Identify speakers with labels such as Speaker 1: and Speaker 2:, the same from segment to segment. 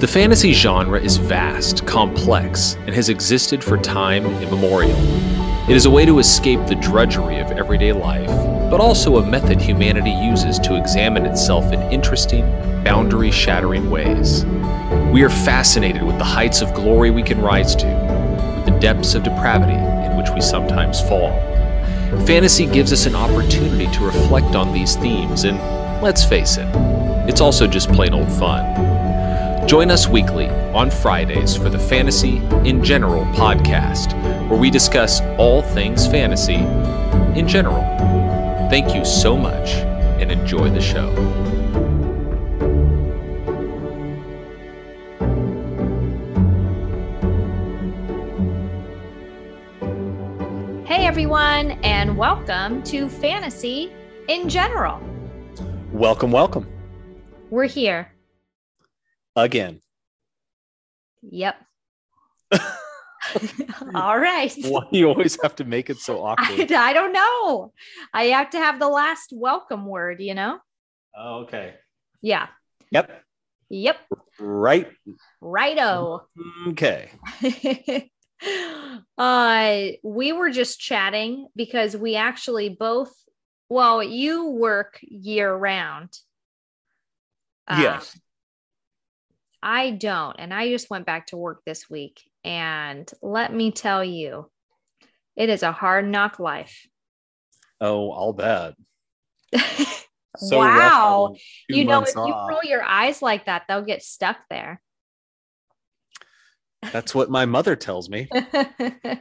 Speaker 1: The fantasy genre is vast, complex, and has existed for time immemorial. It is a way to escape the drudgery of everyday life, but also a method humanity uses to examine itself in interesting, boundary shattering ways. We are fascinated with the heights of glory we can rise to, with the depths of depravity in which we sometimes fall. Fantasy gives us an opportunity to reflect on these themes, and let's face it, it's also just plain old fun. Join us weekly on Fridays for the Fantasy in General podcast, where we discuss all things fantasy in general. Thank you so much and enjoy the show.
Speaker 2: Hey everyone, and welcome to Fantasy in General.
Speaker 1: Welcome, welcome
Speaker 2: We're here.
Speaker 1: again.
Speaker 2: Yep. All right.
Speaker 1: Why do you always have to make it so
Speaker 2: I,
Speaker 1: awkward?
Speaker 2: I don't know. I have to have the last welcome word, you know?
Speaker 1: Oh, okay.
Speaker 2: Yeah.
Speaker 1: Yep.
Speaker 2: Yep.
Speaker 1: Right.
Speaker 2: Righto.
Speaker 1: Okay. Mm-hmm.
Speaker 2: uh, we were just chatting because we actually both, well, you work Uh, year round.
Speaker 1: Yes.
Speaker 2: I don't. And I just went back to work this week. And let me tell you, it is a hard knock life.
Speaker 1: Oh, I'll bet.
Speaker 2: Wow.
Speaker 1: on two
Speaker 2: you know,
Speaker 1: months
Speaker 2: if you
Speaker 1: off.
Speaker 2: roll your eyes like that, they'll get stuck there.
Speaker 1: that's what my mother tells me.
Speaker 2: uh,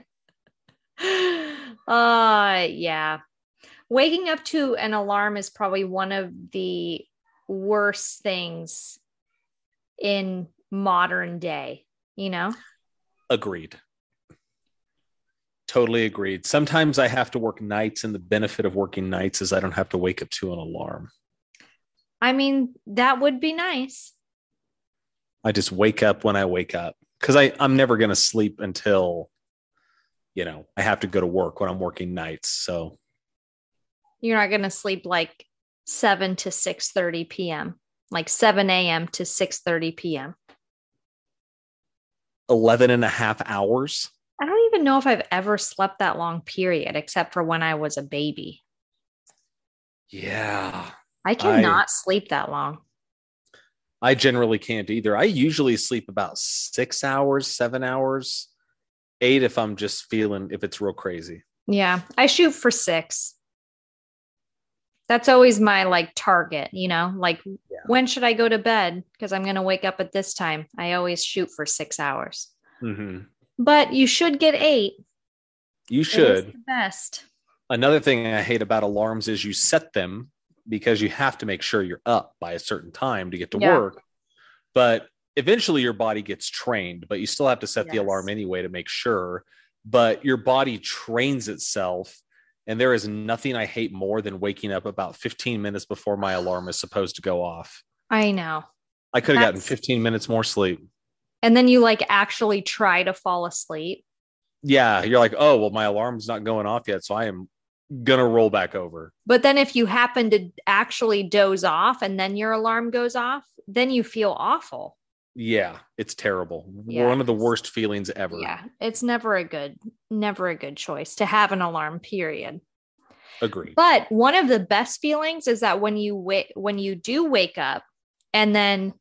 Speaker 2: yeah. Waking up to an alarm is probably one of the worst things in modern day, you know?
Speaker 1: Agreed. Totally agreed. Sometimes I have to work nights, and the benefit of working nights is I don't have to wake up to an alarm.
Speaker 2: I mean, that would be nice.
Speaker 1: I just wake up when I wake up because I'm never going to sleep until, you know, I have to go to work when I'm working nights. So
Speaker 2: you're not going to sleep like 7 to 6 30 p.m like 7 a.m to 6 30 p.m
Speaker 1: 11 and a half hours.
Speaker 2: i don't even know if i've ever slept that long period except for when i was a baby
Speaker 1: Yeah.
Speaker 2: i cannot sleep that long
Speaker 1: I generally can't either. I usually sleep about six hours, seven hours, eight if I'm just feeling, if it's real crazy.
Speaker 2: yeah i shoot for six that's always my like target you know like
Speaker 1: Yeah.
Speaker 2: when should i go to bed because i'm going to wake up at this time i always shoot for six hours
Speaker 1: Mhm.
Speaker 2: but you should get eight
Speaker 1: You
Speaker 2: It is
Speaker 1: should.
Speaker 2: the best
Speaker 1: Another thing I hate about alarms is you set them because you have to make sure you're up by a certain time to get to
Speaker 2: Yeah.
Speaker 1: work. But eventually your body gets trained, but you still have to set the
Speaker 2: Yes.
Speaker 1: alarm anyway to make sure. But your body trains itself. And there is nothing I hate more than waking up about 15 minutes before my alarm is supposed to go off.
Speaker 2: i know
Speaker 1: I could have gotten
Speaker 2: That's-
Speaker 1: 15 minutes more sleep.
Speaker 2: and then you like actually try to fall asleep.
Speaker 1: Yeah. You're like, oh, well, my alarm's not going off yet. So I am going to roll back over.
Speaker 2: But then if you happen to actually doze off and then your alarm goes off, then you feel awful.
Speaker 1: Yeah, it's terrible.
Speaker 2: Yeah.
Speaker 1: One of the worst feelings ever.
Speaker 2: Yeah, it's never a good never a good choice to have an alarm period.
Speaker 1: Agreed.
Speaker 2: But one of the best feelings is that when you wake when you do wake up and then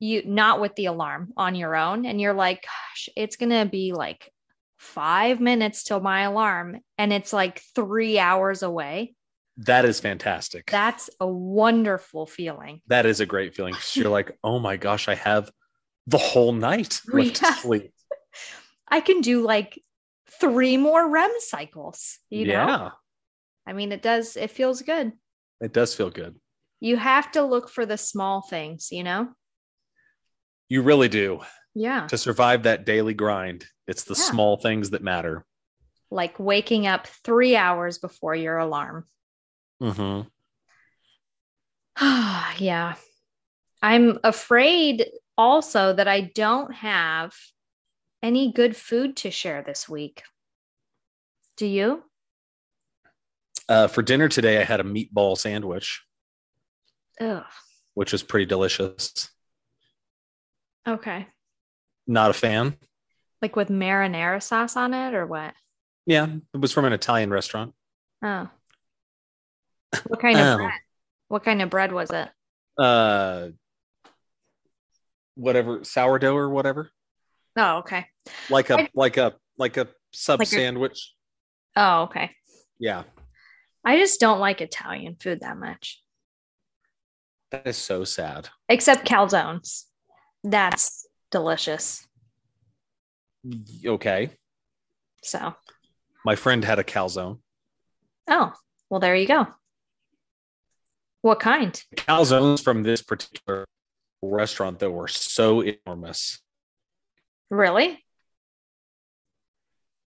Speaker 2: you not with the alarm on your own and you're like gosh, it's going to be like 5 minutes till my alarm and it's like 3 hours away.
Speaker 1: That is fantastic.
Speaker 2: That's a wonderful feeling.
Speaker 1: that is a great feeling. 'cause You're like, oh my gosh, I have the whole night left to
Speaker 2: Yeah.
Speaker 1: sleep.
Speaker 2: I can do like three more REM cycles. You
Speaker 1: yeah,
Speaker 2: know, I mean, it does, it feels good.
Speaker 1: it does feel good.
Speaker 2: You have to look for the small things, you know?
Speaker 1: You really do.
Speaker 2: Yeah.
Speaker 1: To survive that daily grind, it's the
Speaker 2: Yeah.
Speaker 1: small things that matter.
Speaker 2: Like waking up three hours before your alarm.
Speaker 1: Mm-hmm.
Speaker 2: yeah. I'm afraid also that I don't have any good food to share this week. Do you?
Speaker 1: Uh, for dinner today, I had a meatball sandwich,
Speaker 2: Ugh.
Speaker 1: which was pretty delicious.
Speaker 2: Okay.
Speaker 1: Not a fan.
Speaker 2: Like with marinara sauce on it or what?
Speaker 1: Yeah, it was from an Italian restaurant.
Speaker 2: Oh. What kind of
Speaker 1: Oh.
Speaker 2: bread? What kind of bread was it?
Speaker 1: Uh, whatever sourdough or whatever,
Speaker 2: Oh, okay.
Speaker 1: like a
Speaker 2: I-
Speaker 1: like a like a sub
Speaker 2: Like a-
Speaker 1: sandwich.
Speaker 2: Oh, okay.
Speaker 1: Yeah,
Speaker 2: I just don't like Italian food that much.
Speaker 1: that is so sad.
Speaker 2: Except calzones. That's delicious.
Speaker 1: Okay,
Speaker 2: So,
Speaker 1: my friend had a calzone.
Speaker 2: oh, well there you go. What kind?
Speaker 1: Calzones from this particular restaurant though were so enormous.
Speaker 2: Really?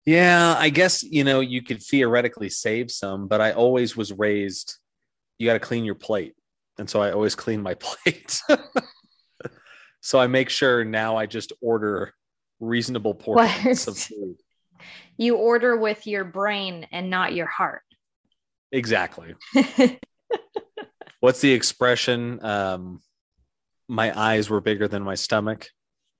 Speaker 1: Yeah, I guess you know you could theoretically save some, but I always was raised you got to clean your plate. And so I always clean my plate. so I make sure now I just order reasonable portions of
Speaker 2: What?
Speaker 1: food.
Speaker 2: You order with your brain and not your heart.
Speaker 1: Exactly. What's the expression um my eyes were bigger than my stomach?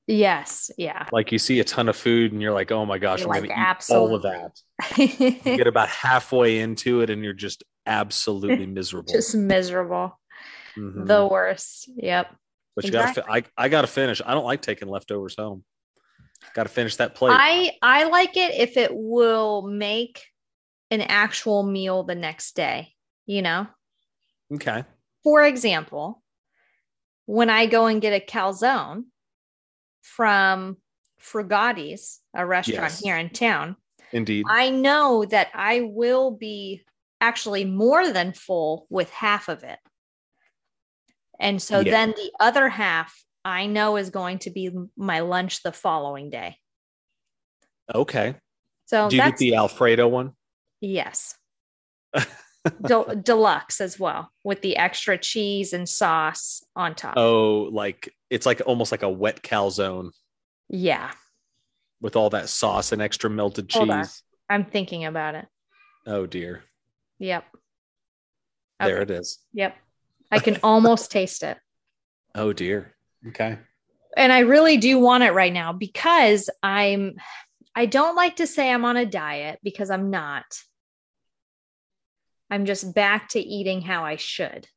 Speaker 2: yes, yeah.
Speaker 1: Like you see a ton of food and you're like, "Oh my gosh,
Speaker 2: You're
Speaker 1: I'm
Speaker 2: like,
Speaker 1: going to eat all of
Speaker 2: "Absolutely."
Speaker 1: that." You get about halfway into it and you're just absolutely miserable.
Speaker 2: just miserable.
Speaker 1: Mhm.
Speaker 2: The worst. Yep.
Speaker 1: But you gotta, fi- I, I gotta finish. I don't like taking leftovers home. Gotta finish that plate.
Speaker 2: I I like it if it will make an actual meal the next day, you know?
Speaker 1: okay.
Speaker 2: For example, when I go and get a calzone from Frugati's, a restaurant
Speaker 1: Yes.
Speaker 2: here in town,
Speaker 1: Indeed.
Speaker 2: I know that I will be actually more than full with half of it. And so
Speaker 1: Yeah.
Speaker 2: then the other half I know is going to be my lunch the following day.
Speaker 1: okay.
Speaker 2: So
Speaker 1: Do you get
Speaker 2: Oh, that's
Speaker 1: the Alfredo one?
Speaker 2: Yes. Del- deluxe as well with the extra cheese and sauce on top.
Speaker 1: Oh, like it's like almost like a wet calzone
Speaker 2: Yeah,
Speaker 1: with all that sauce and extra melted
Speaker 2: Hold on.
Speaker 1: cheese.
Speaker 2: I'm thinking about it.
Speaker 1: Oh dear.
Speaker 2: Yep.
Speaker 1: There
Speaker 2: Okay,
Speaker 1: it is.
Speaker 2: Yep. I can almost taste it.
Speaker 1: Oh dear. Okay.
Speaker 2: And I really do want it right now because I'm I don't like to say I'm on a diet because I'm not. I'm just back to eating how I should,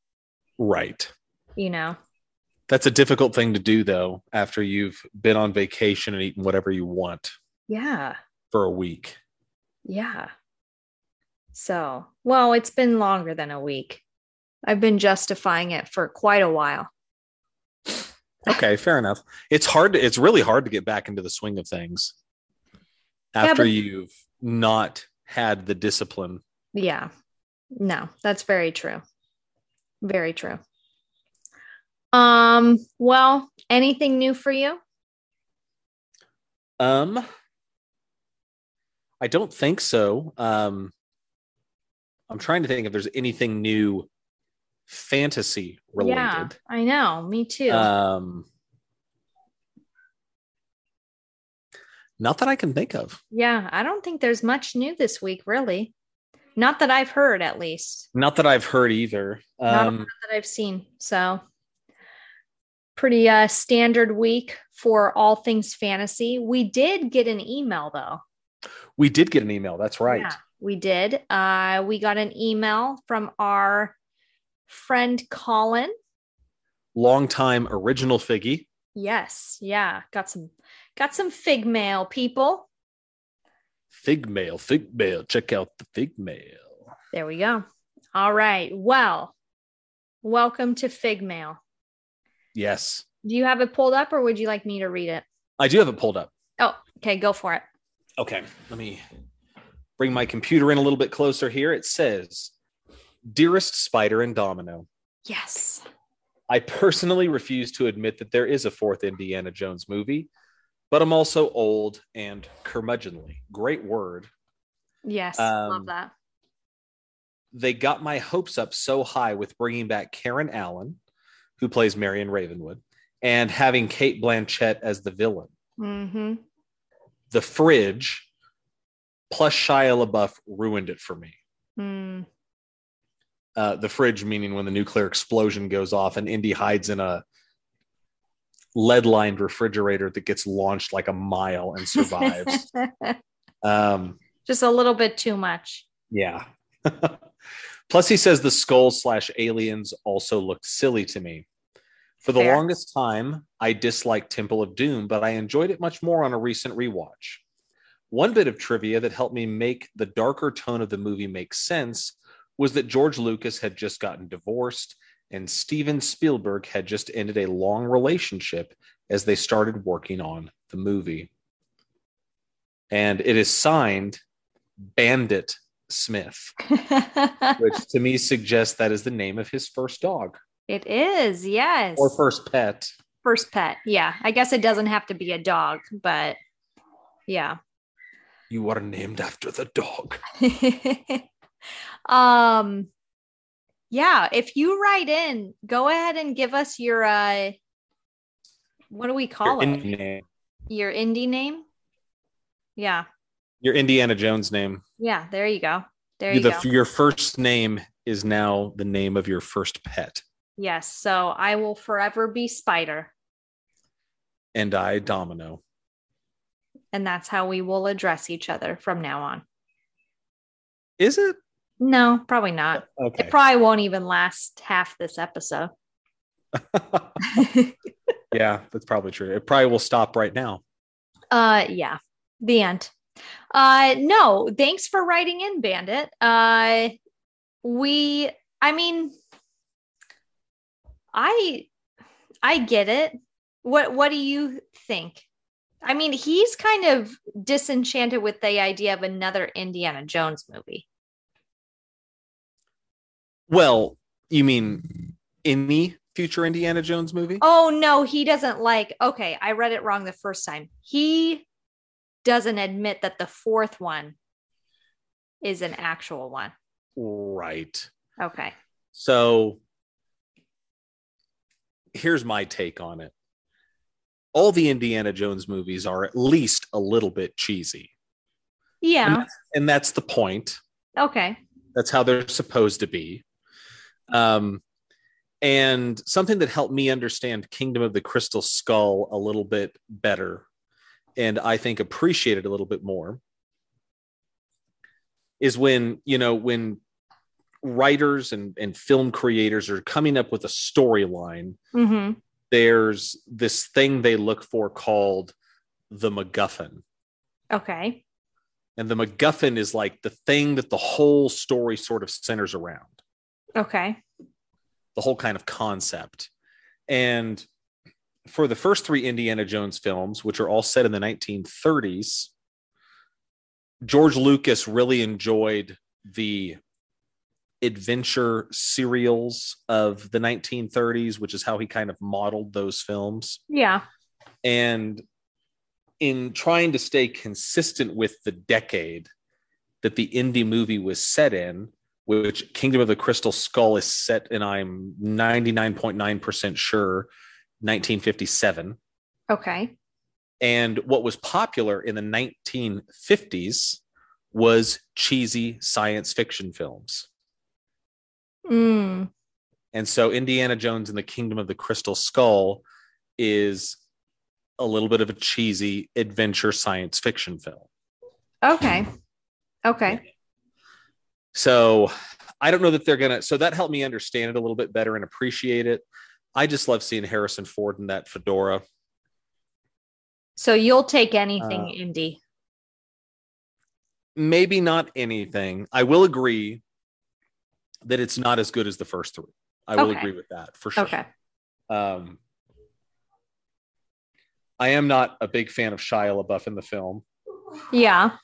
Speaker 1: Right.
Speaker 2: you know.
Speaker 1: That's a difficult thing to do though after you've been on vacation and eaten whatever you want
Speaker 2: Yeah.
Speaker 1: for a week.
Speaker 2: Yeah. So, well, it's been longer than a week. I've been justifying it for quite a while.
Speaker 1: Okay, fair enough. It's hard. It's really hard to get back into the swing of things
Speaker 2: Yeah,
Speaker 1: after
Speaker 2: but-
Speaker 1: you've not had the discipline.
Speaker 2: Yeah. No, that's very true. Very true. Um, well, anything new for you?
Speaker 1: Um, I don't think so. Um, I'm trying to think if there's anything new, fantasy
Speaker 2: Yeah,
Speaker 1: related.
Speaker 2: I know. Me too.
Speaker 1: Um, not that I can think of.
Speaker 2: yeah, I don't think there's much new this week, really. Not that I've heard, at least,
Speaker 1: Not that I've heard either.
Speaker 2: Not a
Speaker 1: Um,
Speaker 2: that I've seen. So, pretty uh, standard week for all things fantasy. We did get an email, though.
Speaker 1: we did get an email. That's right.
Speaker 2: Yeah, we did. Uh, we got an email from our friend Colin.
Speaker 1: Longtime original figgy.
Speaker 2: Yes, yeah, got some got some fig mail, people.
Speaker 1: Fig mail, fig mail. Check out the fig mail.
Speaker 2: There we go. All right. Well, welcome to fig mail.
Speaker 1: Yes,
Speaker 2: Do you have it pulled up, or would you like me to read it?
Speaker 1: I do have it pulled up.
Speaker 2: Oh, okay, go for it.
Speaker 1: Okay, let me bring my computer in a little bit closer here. It says, Dearest Spider and Domino,
Speaker 2: Yes.
Speaker 1: I personally refuse to admit that there is a fourth Indiana Jones movie, but I'm also old and curmudgeonly. Great word.
Speaker 2: Yes.
Speaker 1: Um,
Speaker 2: love that.
Speaker 1: They got my hopes up so high with bringing back Karen Allen, who plays Marion Ravenwood, and having Kate Blanchett as the villain.
Speaker 2: Mm-hmm.
Speaker 1: the fridge plus Shia LaBeouf ruined it for me.
Speaker 2: Mm,
Speaker 1: Uh, the fridge meaning when the nuclear explosion goes off and Indy hides in a lead lined refrigerator that gets launched like a mile and survives. um,
Speaker 2: Just a little bit too much.
Speaker 1: yeah. Plus, he says the skulls slash aliens also looked silly to me. For the
Speaker 2: Fair.
Speaker 1: longest time, I disliked Temple of Doom, but I enjoyed it much more on a recent rewatch. One bit of trivia that helped me make the darker tone of the movie make sense was that George Lucas had just gotten divorced and Steven Spielberg had just ended a long relationship as they started working on the movie. And it is signed Bandit Smith which to me suggests that is the name of his first dog
Speaker 2: it is, yes.
Speaker 1: or first pet.
Speaker 2: First pet. Yeah. I guess it doesn't have to be a dog, but yeah.
Speaker 1: You are named after the dog.
Speaker 2: um yeah, if you write in, go ahead and give us your uh what do we
Speaker 1: Your,
Speaker 2: call it?
Speaker 1: Indian name.
Speaker 2: your indie name? Yeah.
Speaker 1: Your Indiana Jones name.
Speaker 2: Yeah, there you go. There you
Speaker 1: The-
Speaker 2: go.
Speaker 1: Your first name is now the name of your first pet.
Speaker 2: yes. So I will forever be Spider.
Speaker 1: And I, Domino.
Speaker 2: And that's how we will address each other from now on.
Speaker 1: Is it?
Speaker 2: No, probably not.
Speaker 1: Okay.
Speaker 2: It probably won't even last half this episode.
Speaker 1: yeah, that's probably true. It probably will stop right now.
Speaker 2: Uh yeah. The end. Uh no, thanks for writing in Bandit. Uh we I mean I I get it. What what do you think? I mean, he's kind of disenchanted with the idea of another Indiana Jones movie.
Speaker 1: Well, you mean any future Indiana Jones movie?
Speaker 2: Oh no, he doesn't like. Okay, I read it wrong the first time. He doesn't admit that the fourth one is an actual one.
Speaker 1: Right.
Speaker 2: Okay.
Speaker 1: So here's my take on it. All the Indiana Jones movies are at least a little bit cheesy.
Speaker 2: Yeah.
Speaker 1: And that's the point.
Speaker 2: Okay.
Speaker 1: That's how they're supposed to be. Um, and something that helped me understand Kingdom of the Crystal Skull a little bit better, and I think appreciate it a little bit more, is when, you know, when writers and, and film creators are coming up with a storyline,
Speaker 2: hmm
Speaker 1: there's this thing they look for called the MacGuffin.
Speaker 2: Okay.
Speaker 1: And the MacGuffin is like the thing that the whole story sort of centers around.
Speaker 2: Okay.
Speaker 1: the whole kind of concept. And for the first three Indiana Jones films, which are all set in the 1930s, George Lucas really enjoyed the adventure serials of the 1930s, which is how he kind of modeled those films.
Speaker 2: Yeah.
Speaker 1: And in trying to stay consistent with the decade that the indie movie was set in, which Kingdom of the Crystal Skull is set in, I'm 99.9% sure, 1957.
Speaker 2: Okay.
Speaker 1: And what was popular in the 1950s was cheesy science fiction films.
Speaker 2: Mm.
Speaker 1: And so Indiana Jones and the Kingdom of the Crystal Skull is a little bit of a cheesy adventure science fiction film.
Speaker 2: Okay. Okay.
Speaker 1: So I don't know that they're gonna. So that helped me understand it a little bit better and appreciate it. I just love seeing Harrison Ford in that fedora.
Speaker 2: So you'll take anything,
Speaker 1: Uh,
Speaker 2: Indy.
Speaker 1: Maybe not anything. I will agree that it's not as good as the first three. I will
Speaker 2: Okay.
Speaker 1: agree with that for sure.
Speaker 2: Okay.
Speaker 1: Um, I am not a big fan of Shia LaBeouf in the film,
Speaker 2: Yeah.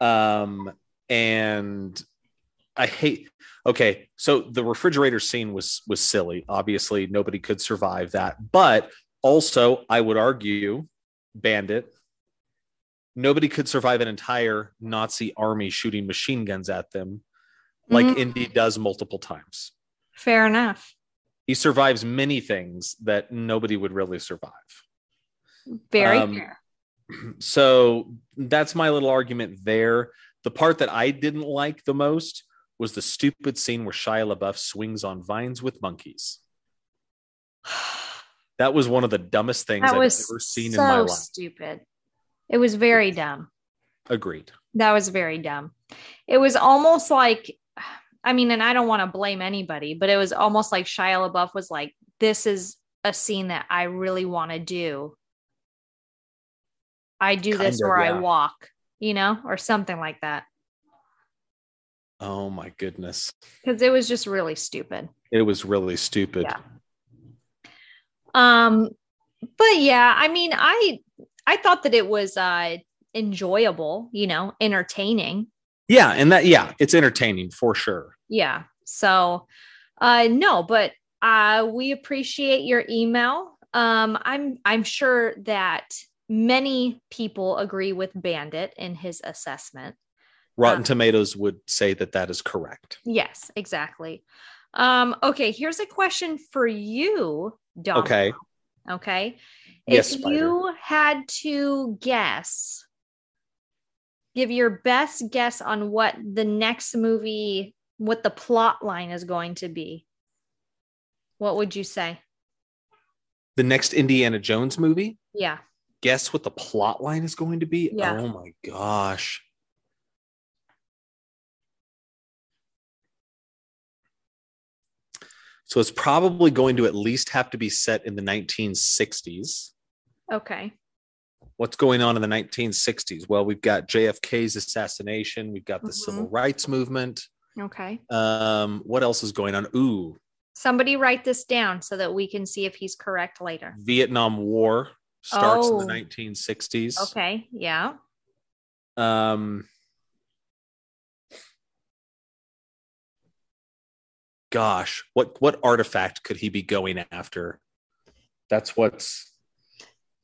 Speaker 1: um, and I hate. Okay, so the refrigerator scene was was silly. Obviously, nobody could survive that. But also, I would argue, Bandit, nobody could survive an entire Nazi army shooting machine guns at them, like
Speaker 2: Mhm.
Speaker 1: Indy does multiple times.
Speaker 2: Fair enough.
Speaker 1: He survives many things that nobody would really survive.
Speaker 2: Very
Speaker 1: Um,
Speaker 2: fair.
Speaker 1: so that's my little argument there. The part that I didn't like the most was the stupid scene where Shia LaBeouf swings on vines with monkeys. That was one of the dumbest things
Speaker 2: That
Speaker 1: I've
Speaker 2: was
Speaker 1: ever seen
Speaker 2: so
Speaker 1: in my life.
Speaker 2: stupid. It was very dumb.
Speaker 1: Agreed.
Speaker 2: That was very dumb. It was almost like, I mean, and I don't want to blame anybody, but it was almost like Shia LaBeouf was like, this is a scene that I really want to do. I do this
Speaker 1: Kind of,
Speaker 2: where
Speaker 1: yeah.
Speaker 2: I walk, you know, or something like that.
Speaker 1: Oh my goodness.
Speaker 2: Cause it was just really stupid.
Speaker 1: It was really stupid.
Speaker 2: Yeah. Um, but yeah, I mean, I, I thought that it was, uh, enjoyable, you know, entertaining.
Speaker 1: Yeah, and that yeah, it's entertaining for sure.
Speaker 2: yeah so uh no but uh we appreciate your email um i'm i'm sure that many people agree with bandit in his assessment
Speaker 1: Rotten
Speaker 2: Um,
Speaker 1: Tomatoes would say that that is correct.
Speaker 2: yes exactly um okay here's a question for you Dom.
Speaker 1: Okay.
Speaker 2: okay
Speaker 1: Yes,
Speaker 2: if
Speaker 1: Spider.
Speaker 2: you had to guess give your best guess on what the next movie what the plot line is going to be what would you say
Speaker 1: The next Indiana Jones movie,
Speaker 2: yeah
Speaker 1: guess what the plot line is going to be?
Speaker 2: Yeah.
Speaker 1: Oh my gosh. So it's probably going to at least have to be set in the 1960s.
Speaker 2: okay
Speaker 1: what's going on in the 1960s? Well, we've got JFK's assassination, we've got the
Speaker 2: Mhm.
Speaker 1: civil rights movement.
Speaker 2: okay
Speaker 1: Um, what else is going on? Ooh,
Speaker 2: somebody write this down so that we can see if he's correct later
Speaker 1: Vietnam War starts
Speaker 2: Oh.
Speaker 1: in the 1960s.
Speaker 2: okay yeah
Speaker 1: Um, gosh, what what artifact could he be going after? That's what's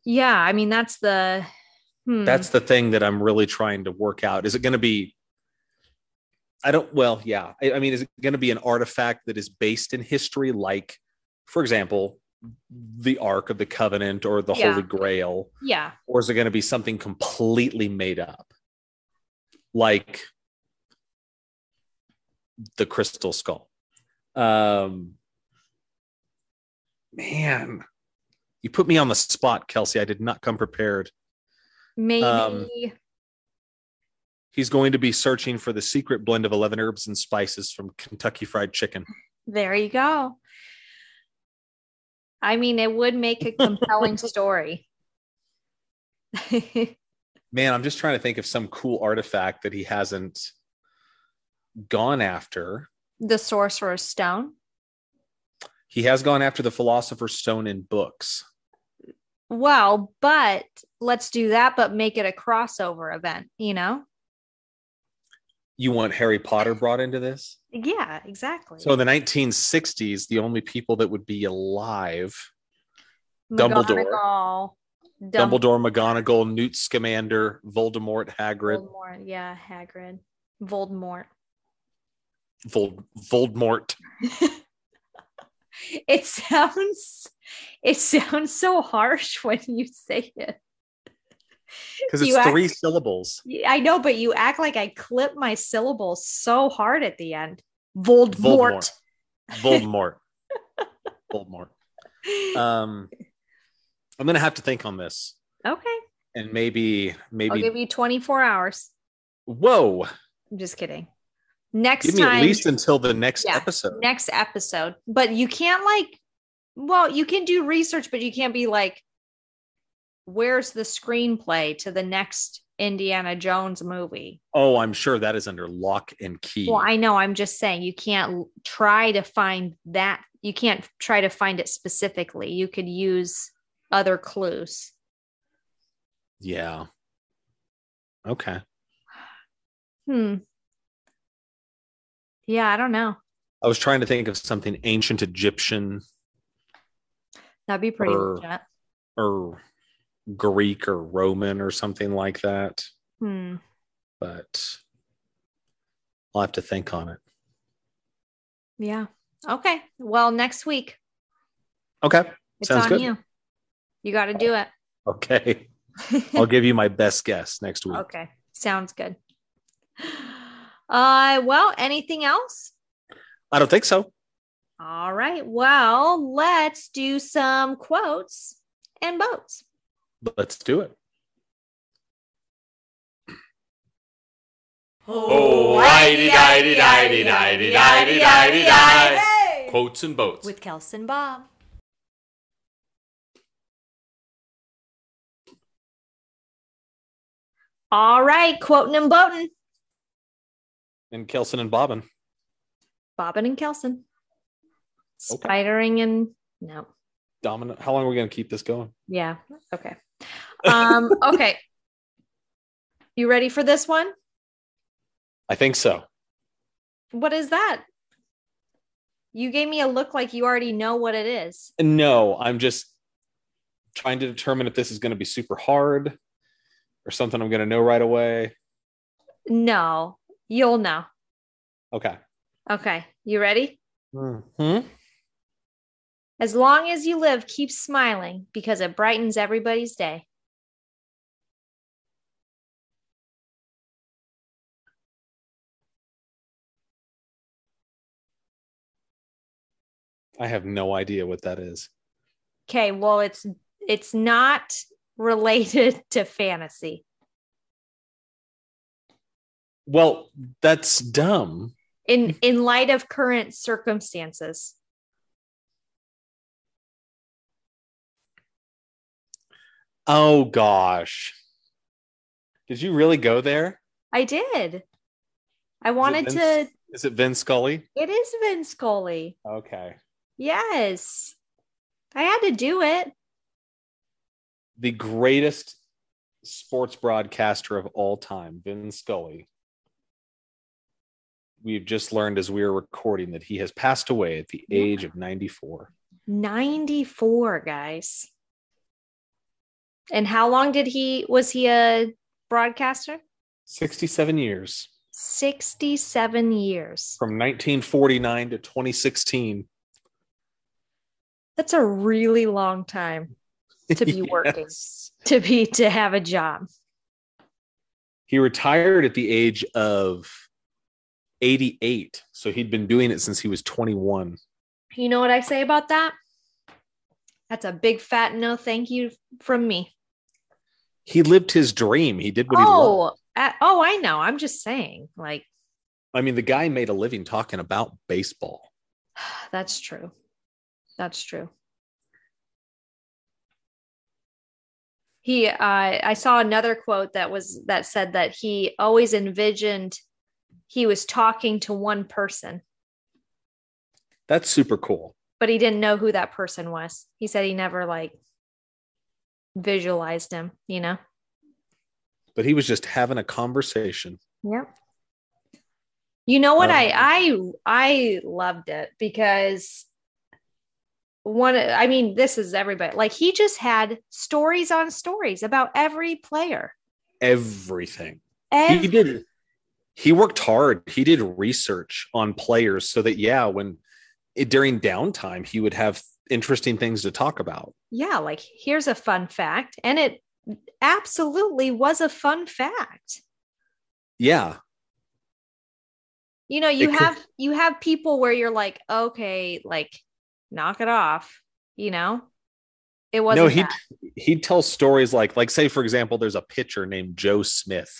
Speaker 2: yeah i mean that's the hmm.
Speaker 1: that's the thing that I'm really trying to work out. Is it going to be? I don't. Well, yeah. I, I mean, is it going to be an artifact that is based in history, like, for example, the Ark of the Covenant or the
Speaker 2: Yeah.
Speaker 1: Holy Grail,
Speaker 2: yeah
Speaker 1: or is it going to be something completely made up, like the Crystal Skull? Um, man, you put me on the spot, Kelsey. I did not come prepared
Speaker 2: maybe
Speaker 1: Um, he's going to be searching for the secret blend of 11 herbs and spices from Kentucky Fried Chicken.
Speaker 2: There you go. I mean, it would make a compelling story.
Speaker 1: Man, I'm just trying to think of some cool artifact that he hasn't gone after.
Speaker 2: the Sorcerer's Stone.
Speaker 1: He has gone after the Philosopher's Stone in books.
Speaker 2: Well, but let's do that, but make it a crossover event, you know?
Speaker 1: You want Harry Potter brought into this?
Speaker 2: Yeah, exactly.
Speaker 1: So in the 1960s, the only people that would be alive Dumbledore.
Speaker 2: McGonagall, Dumb-
Speaker 1: Dumbledore, McGonagall, Newt Scamander, Voldemort, Hagrid,
Speaker 2: Voldemort. Yeah, Hagrid. Voldemort.
Speaker 1: Vold- Voldemort.
Speaker 2: It sounds it sounds so harsh when you say it.
Speaker 1: Because
Speaker 2: You
Speaker 1: it's
Speaker 2: act-
Speaker 1: three syllables.
Speaker 2: Yeah, I know, but you act like I clip my syllables so hard at the end. Voldemort.
Speaker 1: Voldemort. Voldemort. um i'm gonna have to think on this
Speaker 2: okay.
Speaker 1: and maybe
Speaker 2: I'll
Speaker 1: maybe
Speaker 2: give you 24 hours.
Speaker 1: whoa
Speaker 2: I'm just kidding. Next
Speaker 1: give me
Speaker 2: time,
Speaker 1: at least until the next
Speaker 2: Yeah.
Speaker 1: episode
Speaker 2: next episode. But you can't like, well, you can do research, but you can't be like, where's the screenplay to the next Indiana Jones movie?
Speaker 1: oh i'm sure that is under lock and key
Speaker 2: Well, I know. I'm just saying you can't l- try to find that. You can't try to find it specifically. You could use other clues.
Speaker 1: yeah okay
Speaker 2: Hmm. Yeah, I don't know.
Speaker 1: i was trying to think of something ancient egyptian
Speaker 2: That'd be pretty
Speaker 1: Or-
Speaker 2: legit.
Speaker 1: or greek or roman or something like that
Speaker 2: Hmm.
Speaker 1: but i'll have to think on it
Speaker 2: Yeah. Okay. Well, next week
Speaker 1: okay
Speaker 2: it's
Speaker 1: Sounds
Speaker 2: on
Speaker 1: good.
Speaker 2: you. You got to do it.
Speaker 1: okay i'll give you my best guess next week
Speaker 2: okay. Sounds good. Uh, well, anything else?
Speaker 1: i don't think so
Speaker 2: All right. Well, let's do some quotes and boats.
Speaker 1: Let's do it.
Speaker 3: Oh, idie-didie-didie-didie-didie-didie-didie. Quotes and boats.
Speaker 4: With Kelson Bob.
Speaker 2: All right. Quoting and boating.
Speaker 1: And Kelson and Bobbin.
Speaker 2: Bobbin and Kelson.
Speaker 1: Okay.
Speaker 2: Spidering and no.
Speaker 1: Dominant. How long are we going to keep this going?
Speaker 2: Yeah. Okay. Um, okay. You ready for this one?
Speaker 1: I think so.
Speaker 2: What is that? You gave me a look like you already know what it is.
Speaker 1: No, I'm just trying to determine if this is going to be super hard or something I'm going to know right away.
Speaker 2: No, you'll know.
Speaker 1: Okay.
Speaker 2: Okay. You ready?
Speaker 1: Hmm.
Speaker 2: As long as you live, keep smiling because it brightens everybody's day.
Speaker 1: I have no idea what that is.
Speaker 2: Okay, well it's it's not related to fantasy.
Speaker 1: Well, that's dumb.
Speaker 2: In in light of current circumstances.
Speaker 1: Oh gosh. Did you really go there?
Speaker 2: I did. I wanted
Speaker 1: Vince?
Speaker 2: to
Speaker 1: Is it Vin Scully?
Speaker 2: it is Vince Scully.
Speaker 1: Okay.
Speaker 2: Yes. I had to do it.
Speaker 1: The greatest sports broadcaster of all time, Vin Scully. We've just learned as we are recording that he has passed away at the
Speaker 2: Yeah.
Speaker 1: age of 94.
Speaker 2: 94 guys. And how long did he was he a broadcaster?
Speaker 1: 67 years
Speaker 2: 67 years.
Speaker 1: from 1949 to 2016.
Speaker 2: That's a really long time to be working, to be to have a job.
Speaker 1: He retired at the age of 88. So he'd been doing it since he was 21.
Speaker 2: You know what I say about that? That's a big fat no thank you from me.
Speaker 1: He lived his dream. He did what he loved.
Speaker 2: Oh, uh, oh, I know. I'm just saying, like,
Speaker 1: I mean, the guy made a living talking about baseball.
Speaker 2: that's true. That's true. He, uh, I saw another quote that was that said that he always envisioned he was talking to one person.
Speaker 1: That's super cool.
Speaker 2: but he didn't know who that person was. He said he never like visualized him, you know?
Speaker 1: But he was just having a conversation.
Speaker 2: Yep. You know what I
Speaker 1: Um,
Speaker 2: I I loved it because one I mean this is everybody like he just had stories on stories about every player.
Speaker 1: Everything.
Speaker 2: Every,
Speaker 1: he did. He worked hard. He did research on players so that yeah, when it, during downtime, he would have interesting things to talk about.
Speaker 2: yeah, like here's a fun fact and it absolutely was a fun fact.
Speaker 1: Yeah,
Speaker 2: you know you
Speaker 1: It could-
Speaker 2: have you have people where you're like okay like knock it off you know it wasn't
Speaker 1: no, he
Speaker 2: that.
Speaker 1: he tells stories like like say for example, there's a pitcher named Joe Smith.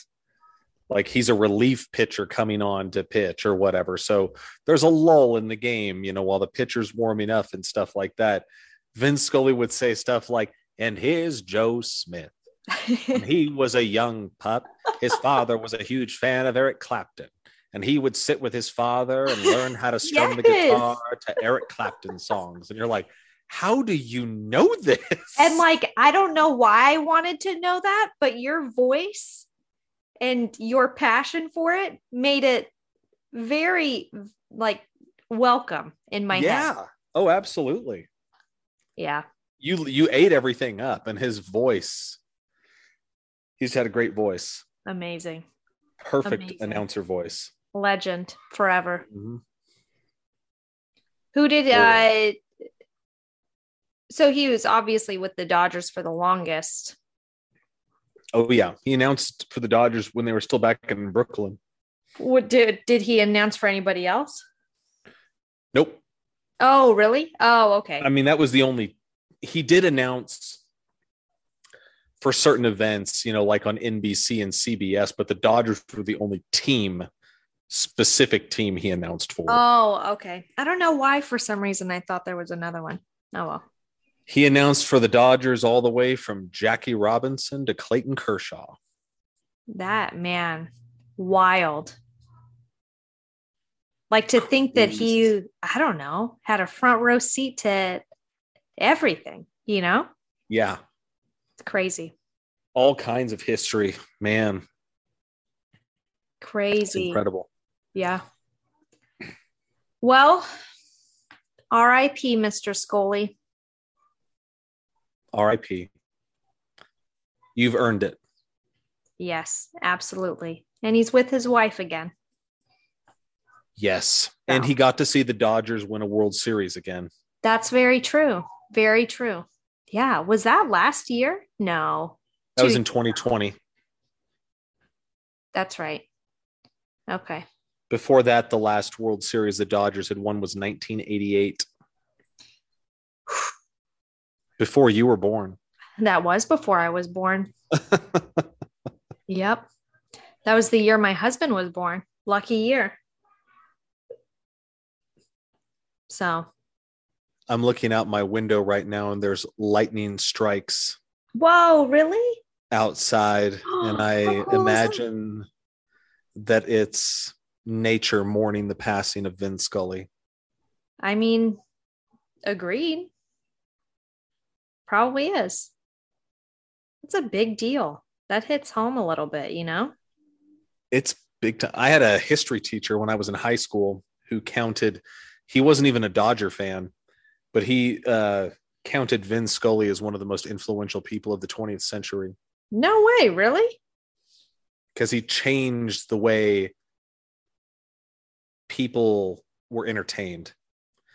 Speaker 1: Like he's a relief pitcher coming on to pitch or whatever. So there's a lull in the game, you know, while the pitcher's warming up and stuff like that. Vince Scully would say stuff like, and here's Joe Smith. And he was a young pup. His father was a huge fan of Eric Clapton. And he would sit with his father and learn how to strum the
Speaker 2: Yes.
Speaker 1: guitar to Eric Clapton songs. And you're like, how do you know this?
Speaker 2: and like i don't know why i wanted to know that but your voice and your passion for it made it very like welcome in my
Speaker 1: yeah.
Speaker 2: head
Speaker 1: Oh, absolutely.
Speaker 2: yeah
Speaker 1: You you ate everything up, and his voice. He's had a great voice,
Speaker 2: amazing
Speaker 1: perfect
Speaker 2: Amazing.
Speaker 1: announcer voice.
Speaker 2: legend forever
Speaker 1: Mhm.
Speaker 2: Who did
Speaker 1: Yeah.
Speaker 2: uh so he was obviously with the Dodgers for the longest.
Speaker 1: Oh yeah, he announced for the Dodgers when they were still back in Brooklyn.
Speaker 2: What did did he announce for anybody else?
Speaker 1: Nope,
Speaker 2: Oh, really? Oh, okay.
Speaker 1: I mean, that was the only he did announce for certain events, you know, like on NBC and CBS, but the Dodgers were the only team, specific team he announced for.
Speaker 2: Oh, okay. I don't know why for some reason I thought there was another one. Oh well.
Speaker 1: He announced for the Dodgers all the way from Jackie Robinson to Clayton Kershaw.
Speaker 2: That man, wild. Like to think that he, I don't know, had a front row seat to everything, you know?
Speaker 1: Yeah,
Speaker 2: It's crazy.
Speaker 1: all kinds of history. Man, it's
Speaker 2: Crazy.
Speaker 1: incredible.
Speaker 2: Yeah. Well, RIP, Mr. Scully.
Speaker 1: RIP. You've earned it.
Speaker 2: Yes, absolutely. And he's with his wife again.
Speaker 1: Yes. And
Speaker 2: Wow.
Speaker 1: he got to see the Dodgers win a World Series again.
Speaker 2: That's very true. Very true. Yeah. Was that last year? No.
Speaker 1: That was
Speaker 2: Two-
Speaker 1: in 2020.
Speaker 2: That's right. Okay.
Speaker 1: Before that, the last World Series the Dodgers had won was 1988. Before you were born.
Speaker 2: That was before I was born. Yep. That was the year my husband was born. Lucky year. So,
Speaker 1: I'm looking out my window right now and there's lightning strikes
Speaker 2: whoa, really?
Speaker 1: outside. And
Speaker 2: How
Speaker 1: I
Speaker 2: cool is that?
Speaker 1: imagine that it's nature mourning the passing of Vin Scully.
Speaker 2: I mean, agreed. Probably is. It's a big deal. That hits home a little bit, you know?
Speaker 1: It's big time. I had a history teacher when I was in high school who counted, he wasn't even a Dodger fan, but he uh, counted Vin Scully as one of the most influential people of the 20th century.
Speaker 2: No way, really?
Speaker 1: because he changed the way people were entertained.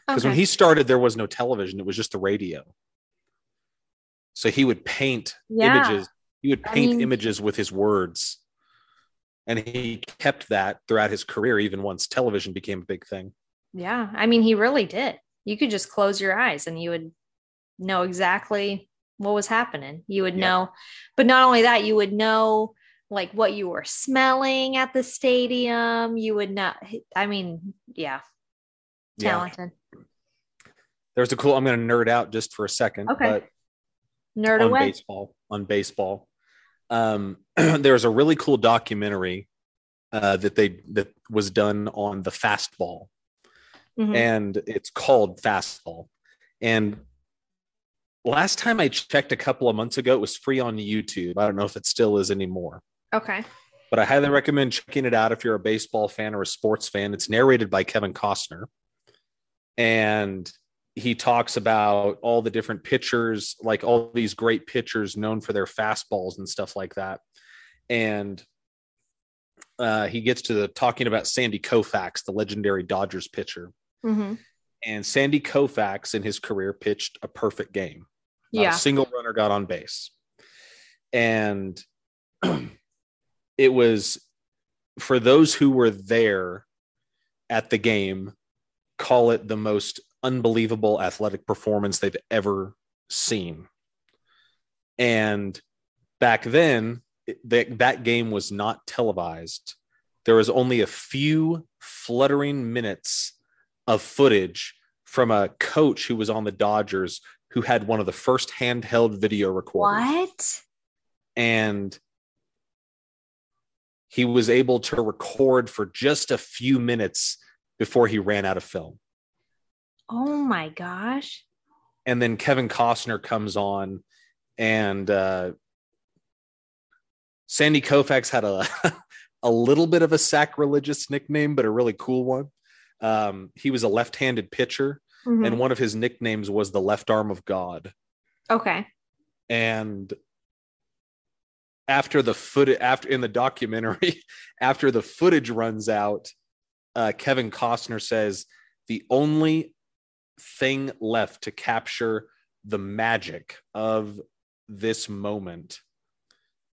Speaker 1: Because when
Speaker 2: Okay.
Speaker 1: he started, there was no television; it was just the radio. So he would paint
Speaker 2: Yeah.
Speaker 1: images. He would
Speaker 2: I
Speaker 1: paint
Speaker 2: mean-
Speaker 1: images with his words, and he kept that throughout his career. Even once television became a big thing,
Speaker 2: Yeah. I mean, he really did. You could just close your eyes and you would know exactly what was happening. You would
Speaker 1: Yeah.
Speaker 2: know, but not only that, you would know like what you were smelling at the stadium. You would not, I mean, yeah, talented.
Speaker 1: there's a cool. I'm going to nerd out just for a second.
Speaker 2: Okay.
Speaker 1: but
Speaker 2: Nerd
Speaker 1: on
Speaker 2: away.
Speaker 1: baseball on baseball um there's a really cool documentary uh that they that was done on the fastball
Speaker 2: Mhm.
Speaker 1: and it's called fastball and last time i checked a couple of months ago it was free on youtube i don't know if it still is anymore
Speaker 2: Okay.
Speaker 1: but i highly recommend checking it out if you're a baseball fan or a sports fan it's narrated by kevin costner and he talks about all the different pitchers like all these great pitchers known for their fastballs and stuff like that and uh, he gets to the, talking about sandy koufax the legendary dodgers pitcher
Speaker 2: Mhm.
Speaker 1: and sandy koufax in his career pitched a perfect game not a
Speaker 2: Yeah.
Speaker 1: single runner got on base. And it was for those who were there at the game, call it the most unbelievable athletic performance they've ever seen. And back then, it- that, that game was not televised. There was only a few fluttering minutes of footage from a coach who was on the Dodgers who had one of the first handheld video recorders.
Speaker 2: What?
Speaker 1: And he was able to record for just a few minutes before he ran out of film.
Speaker 2: Oh my gosh.
Speaker 1: And then Kevin Costner comes on and uh, Sandy Koufax had a a little bit of a sacrilegious nickname, but a really cool one. Um, he was a left-handed pitcher,
Speaker 2: Mhm.
Speaker 1: and one of his nicknames was the left arm of God.
Speaker 2: okay.
Speaker 1: and after the foot after in the documentary after the footage runs out uh, kevin costner says the only thing left to capture the magic of this moment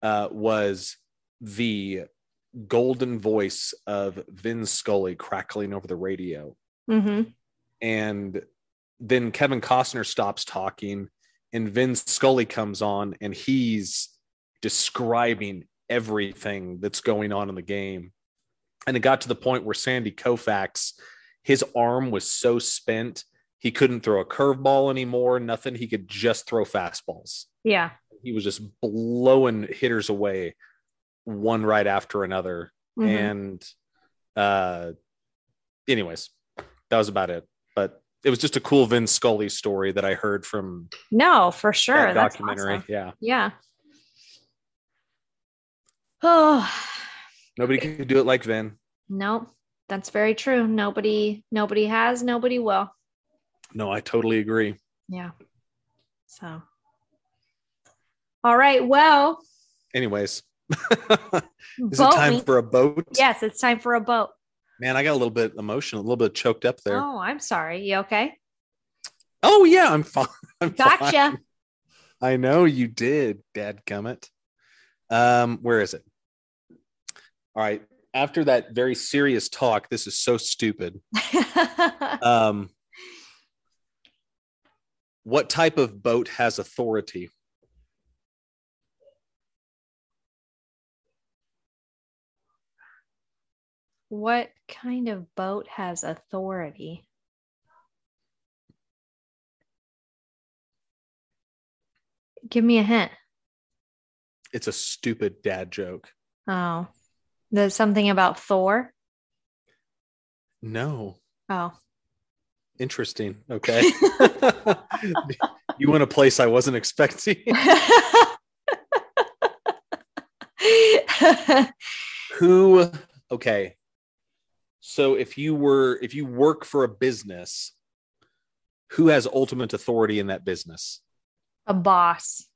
Speaker 1: uh, was the golden
Speaker 2: Mm-hmm.
Speaker 1: voice of vin scully crackling over the radio
Speaker 2: Mhm.
Speaker 1: and then Kevin Costner stops talking and Vin Scully comes on and he's describing everything that's going on in the game. And it got to the point where Sandy Koufax, his arm was so spent, he couldn't throw a curveball anymore, nothing. He could just throw fastballs.
Speaker 2: Yeah.
Speaker 1: He was just blowing hitters away one right after another.
Speaker 2: Mhm.
Speaker 1: And uh anyways, that was about it. But it was just a cool Vin Scully story that I heard from
Speaker 2: no, for sure.
Speaker 1: that
Speaker 2: That's
Speaker 1: documentary.
Speaker 2: awesome.
Speaker 1: Yeah.
Speaker 2: Yeah. Oh
Speaker 1: Nobody could do it like Vin.
Speaker 2: no, that's very true. Nobody, nobody has, nobody will.
Speaker 1: No, I totally agree.
Speaker 2: Yeah. So. All right. Well,
Speaker 1: Anyways, is it
Speaker 2: boat
Speaker 1: time
Speaker 2: me.
Speaker 1: for a boat?
Speaker 2: yes, it's time for a boat.
Speaker 1: Man, I got a little bit emotional, a little bit choked up there. Oh,
Speaker 2: Oh, I'm sorry. You okay?
Speaker 1: yeah, I'm fine. I'm fine.
Speaker 2: Gotcha.
Speaker 1: I know you did, Dad Gummit. Um, where is it? All right. After that very serious talk, this is so stupid. Um, what type of boat has authority?
Speaker 2: what kind of boat has authority? Give me a hint.
Speaker 1: It's a stupid dad joke.
Speaker 2: Oh, there's something about Thor.
Speaker 1: No,
Speaker 2: Oh,
Speaker 1: interesting. Okay. you went a place I wasn't expecting. who okay so if you were if you work for a business who has ultimate authority in that business
Speaker 2: a boss,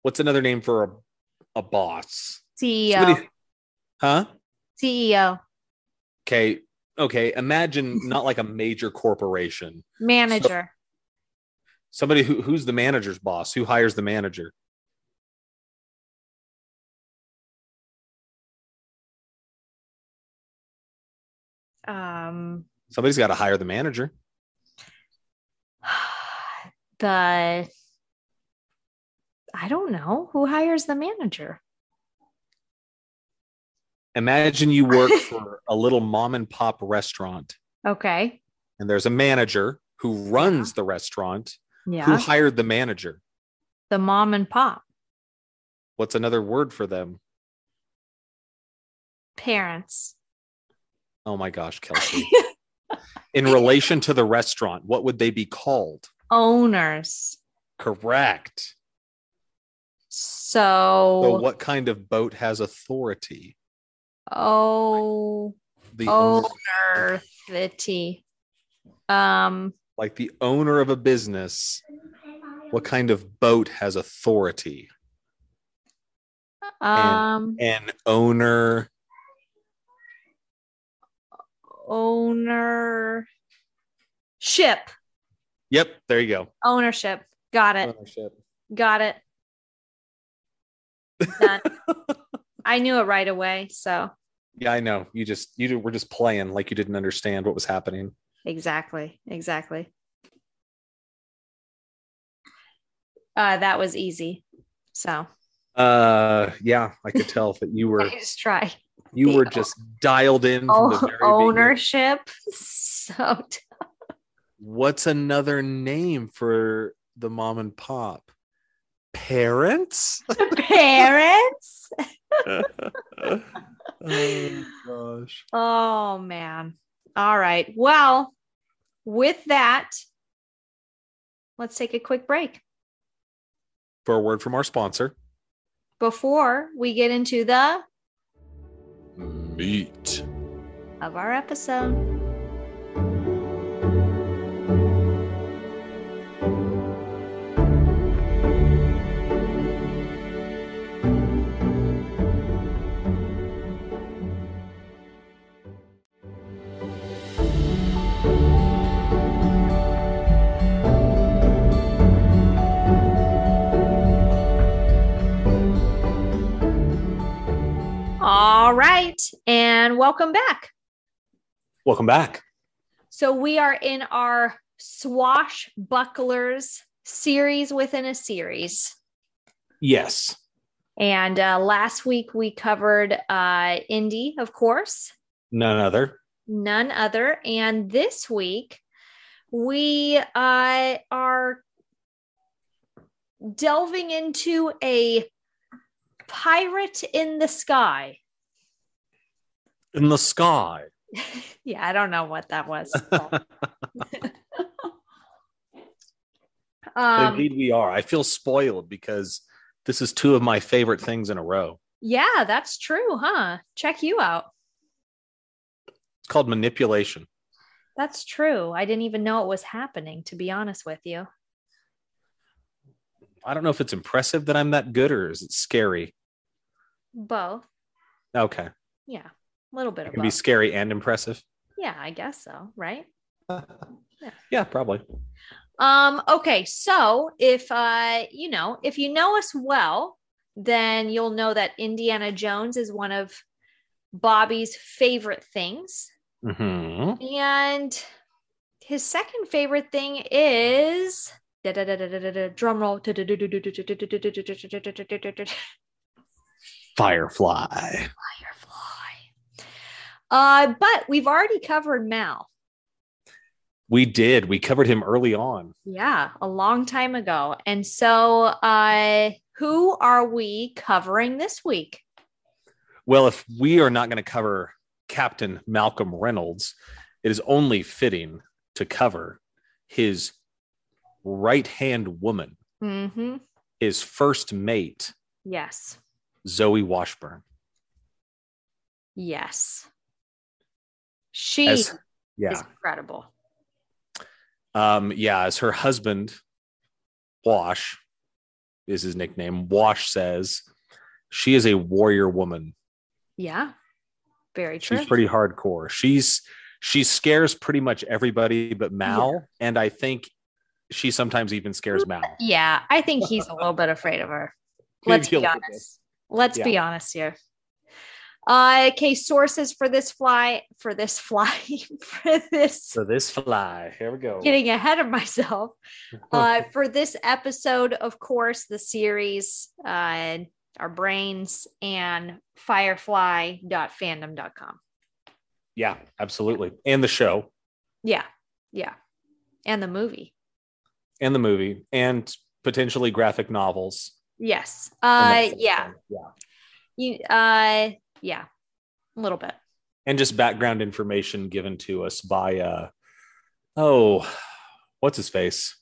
Speaker 1: what's another name for a, a boss
Speaker 2: CEO,
Speaker 1: Somebody- huh
Speaker 2: CEO,
Speaker 1: okay okay imagine not like a major corporation
Speaker 2: manager,
Speaker 1: somebody who, who's the manager's boss who hires the manager
Speaker 2: um,
Speaker 1: somebody's got to hire the manager
Speaker 2: the I don't know who hires the manager.
Speaker 1: imagine you work for a little mom and pop restaurant
Speaker 2: Okay.
Speaker 1: and there's a manager who runs the restaurant who
Speaker 2: Yeah.
Speaker 1: hired the manager
Speaker 2: The mom and pop
Speaker 1: what's another word for them
Speaker 2: parents.
Speaker 1: Oh my gosh, Kelsey. In relation to the restaurant, what would they be called?
Speaker 2: Owners.
Speaker 1: Correct.
Speaker 2: So,
Speaker 1: So, what kind of boat has authority?
Speaker 2: oh
Speaker 1: The owner,
Speaker 2: owner the T. Um
Speaker 1: like the owner of a business. What kind of boat has authority?
Speaker 2: um
Speaker 1: An owner.
Speaker 2: owner ship.
Speaker 1: Yep, there you go.
Speaker 2: Ownership. Got it.
Speaker 1: Ownership.
Speaker 2: Got it. Done. I knew it right away. So
Speaker 1: Yeah, I know. You just you were just playing like you didn't understand what was happening.
Speaker 2: exactly, exactly. Uh, that was easy. So
Speaker 1: Uh, yeah, I could tell that you were
Speaker 2: I just try
Speaker 1: you
Speaker 2: the
Speaker 1: were
Speaker 2: o-
Speaker 1: just dialed in. From the
Speaker 2: oh,
Speaker 1: very beginning.
Speaker 2: ownership. So t-
Speaker 1: what's another name for the mom and pop? Parents?
Speaker 2: parents.
Speaker 1: oh gosh.
Speaker 2: Oh man. All right. Well, with that, let's take a quick break
Speaker 1: For a word from our sponsor.
Speaker 2: before we get into the
Speaker 5: Meat.
Speaker 2: of our episode. All right, and welcome back.
Speaker 1: Welcome back.
Speaker 2: So we are in our swashbucklers series within a series.
Speaker 1: Yes.
Speaker 2: And uh, last week we covered uh, Indy, of course,
Speaker 1: None other.
Speaker 2: none other. And this week we uh, are delving into a pirate in the sky.
Speaker 1: In the sky.
Speaker 2: Yeah, I don't know what that was. um, Um,
Speaker 1: Indeed, we are. I feel spoiled because this is two of my favorite things in a row.
Speaker 2: yeah, that's true, huh? Check you out.
Speaker 1: It's called manipulation.
Speaker 2: That's true. I didn't even know it was happening, to be honest with you.
Speaker 1: I don't know if it's impressive that I'm that good or is it scary?
Speaker 2: Both.
Speaker 1: Okay.
Speaker 2: Yeah. A little bit
Speaker 1: It
Speaker 2: of
Speaker 1: can be
Speaker 2: both.
Speaker 1: scary and impressive.
Speaker 2: Yeah, I guess so, right?
Speaker 1: Yeah, probably.
Speaker 2: Um, okay, so if uh, you know, if you know us well, then you'll know that Indiana Jones is one of Bobby's favorite things.
Speaker 1: hmm
Speaker 2: And his second favorite thing is da-da-da-da-da-da-da, drum roll.
Speaker 1: Firefly.
Speaker 2: Firefly. Uh, but we've already covered Mal.
Speaker 1: We did. We covered him early on.
Speaker 2: Yeah, a long time ago. And so, uh, who are we covering this week?
Speaker 1: Well, if we are not going to cover Captain Malcolm Reynolds, it is only fitting to cover his right hand woman,
Speaker 2: Mm-hmm.
Speaker 1: his first mate,
Speaker 2: Yes.
Speaker 1: Zoe Washburn.
Speaker 2: Yes. She
Speaker 1: As-
Speaker 2: is incredible.
Speaker 1: Um, yeah, as her husband, Wash, is his nickname. Wash says she is a warrior woman.
Speaker 2: Yeah. Very true.
Speaker 1: She's pretty hardcore. She's she scares pretty much everybody but Mal, and I think she sometimes even scares Mal.
Speaker 2: yeah. I think he's a little bit afraid of her.
Speaker 1: Maybe
Speaker 2: Let's
Speaker 1: a
Speaker 2: be
Speaker 1: little bit.
Speaker 2: honest. Let's be honest here. Uh, okay, sources for this fly, for this fly, for this
Speaker 1: So this fly, here we go.
Speaker 2: getting ahead of myself. uh, for this episode, of course, the series, uh, our brains, and firefly.fandom.com.
Speaker 1: yeah, absolutely. And the show
Speaker 2: Yeah. Yeah. And the movie.
Speaker 1: and the movie and potentially graphic novels.
Speaker 2: Yes.
Speaker 1: and that
Speaker 2: Uh,
Speaker 1: sort of
Speaker 2: yeah.
Speaker 1: thing. Yeah.
Speaker 2: You, uh, yeah. A little bit.
Speaker 1: And just background information given to us by uh oh, what's his face?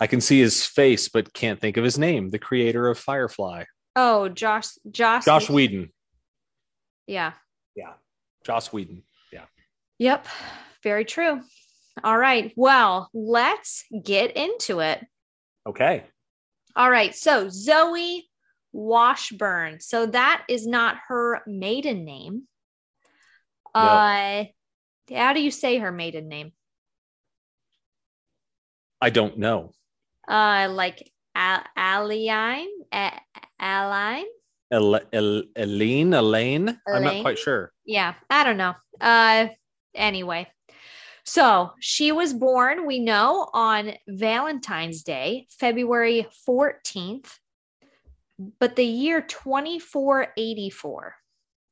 Speaker 1: I can see his face but can't think of his name. The creator of Firefly.
Speaker 2: Oh, Josh, Josh,
Speaker 1: Josh Whedon.
Speaker 2: Yeah.
Speaker 1: Josh Whedon.
Speaker 2: Yep. Very true. All right. Well, let's get into it.
Speaker 1: Okay.
Speaker 2: All right. So Zoe Washburn. So that is not her maiden name.
Speaker 1: No.
Speaker 2: Uh how do you say her maiden name?
Speaker 1: I don't know.
Speaker 2: Uh like Al- Aline? A- Aline?
Speaker 1: El- El- Elaine, Elaine? I'm not
Speaker 2: Elaine?
Speaker 1: quite sure.
Speaker 2: Yeah, I don't know. Uh anyway. So she was born, we know, on Valentine's Day, February 14th, but the year 2484.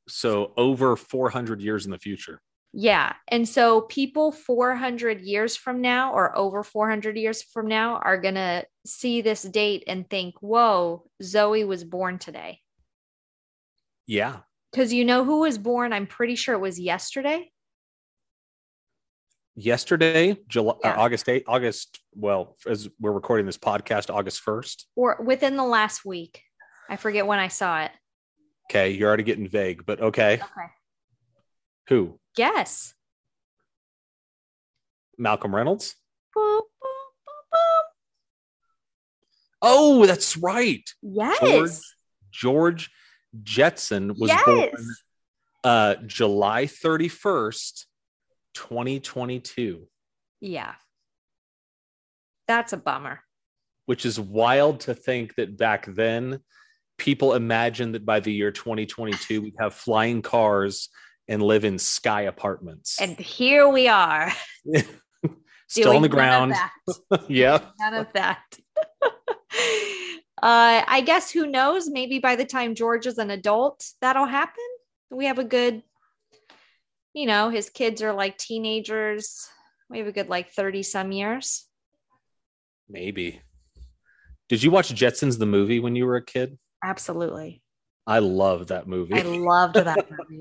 Speaker 1: So over 400 years in the future.
Speaker 2: Yeah. And so people 400 years from now or over 400 years from now are going to see this date and think, whoa, Zoe was born today.
Speaker 1: Yeah.
Speaker 2: Because you know who was born? I'm pretty sure it was yesterday.
Speaker 1: yesterday, July,
Speaker 2: Yeah.
Speaker 1: uh, August 8th, August, well, as we're recording this podcast, August 1st.
Speaker 2: or within the last week. I forget when I saw it.
Speaker 1: Okay. You're already getting vague, but okay.
Speaker 2: Okay.
Speaker 1: Who?
Speaker 2: Guess.
Speaker 1: Malcolm Reynolds?
Speaker 2: Boop, boop, boop, boop.
Speaker 1: Oh, that's right.
Speaker 2: Yes.
Speaker 1: George Jetson was
Speaker 2: yes.
Speaker 1: born uh, July 31st, 2022,
Speaker 2: Yeah. That's a bummer.
Speaker 1: which is wild to think that back then people imagined that by the year 2022, we'd have flying cars and live in sky apartments.
Speaker 2: And here we are.
Speaker 1: Still on the ground.
Speaker 2: None of that.
Speaker 1: yeah.
Speaker 2: None of that. uh, I guess who knows? Maybe by the time George is an adult, that'll happen. We have a good, you know, his kids are like teenagers. We have a good like 30 some years.
Speaker 1: Maybe. Did you watch Jetsons the movie when you were a kid?
Speaker 2: Absolutely.
Speaker 1: I love that movie.
Speaker 2: I loved that movie.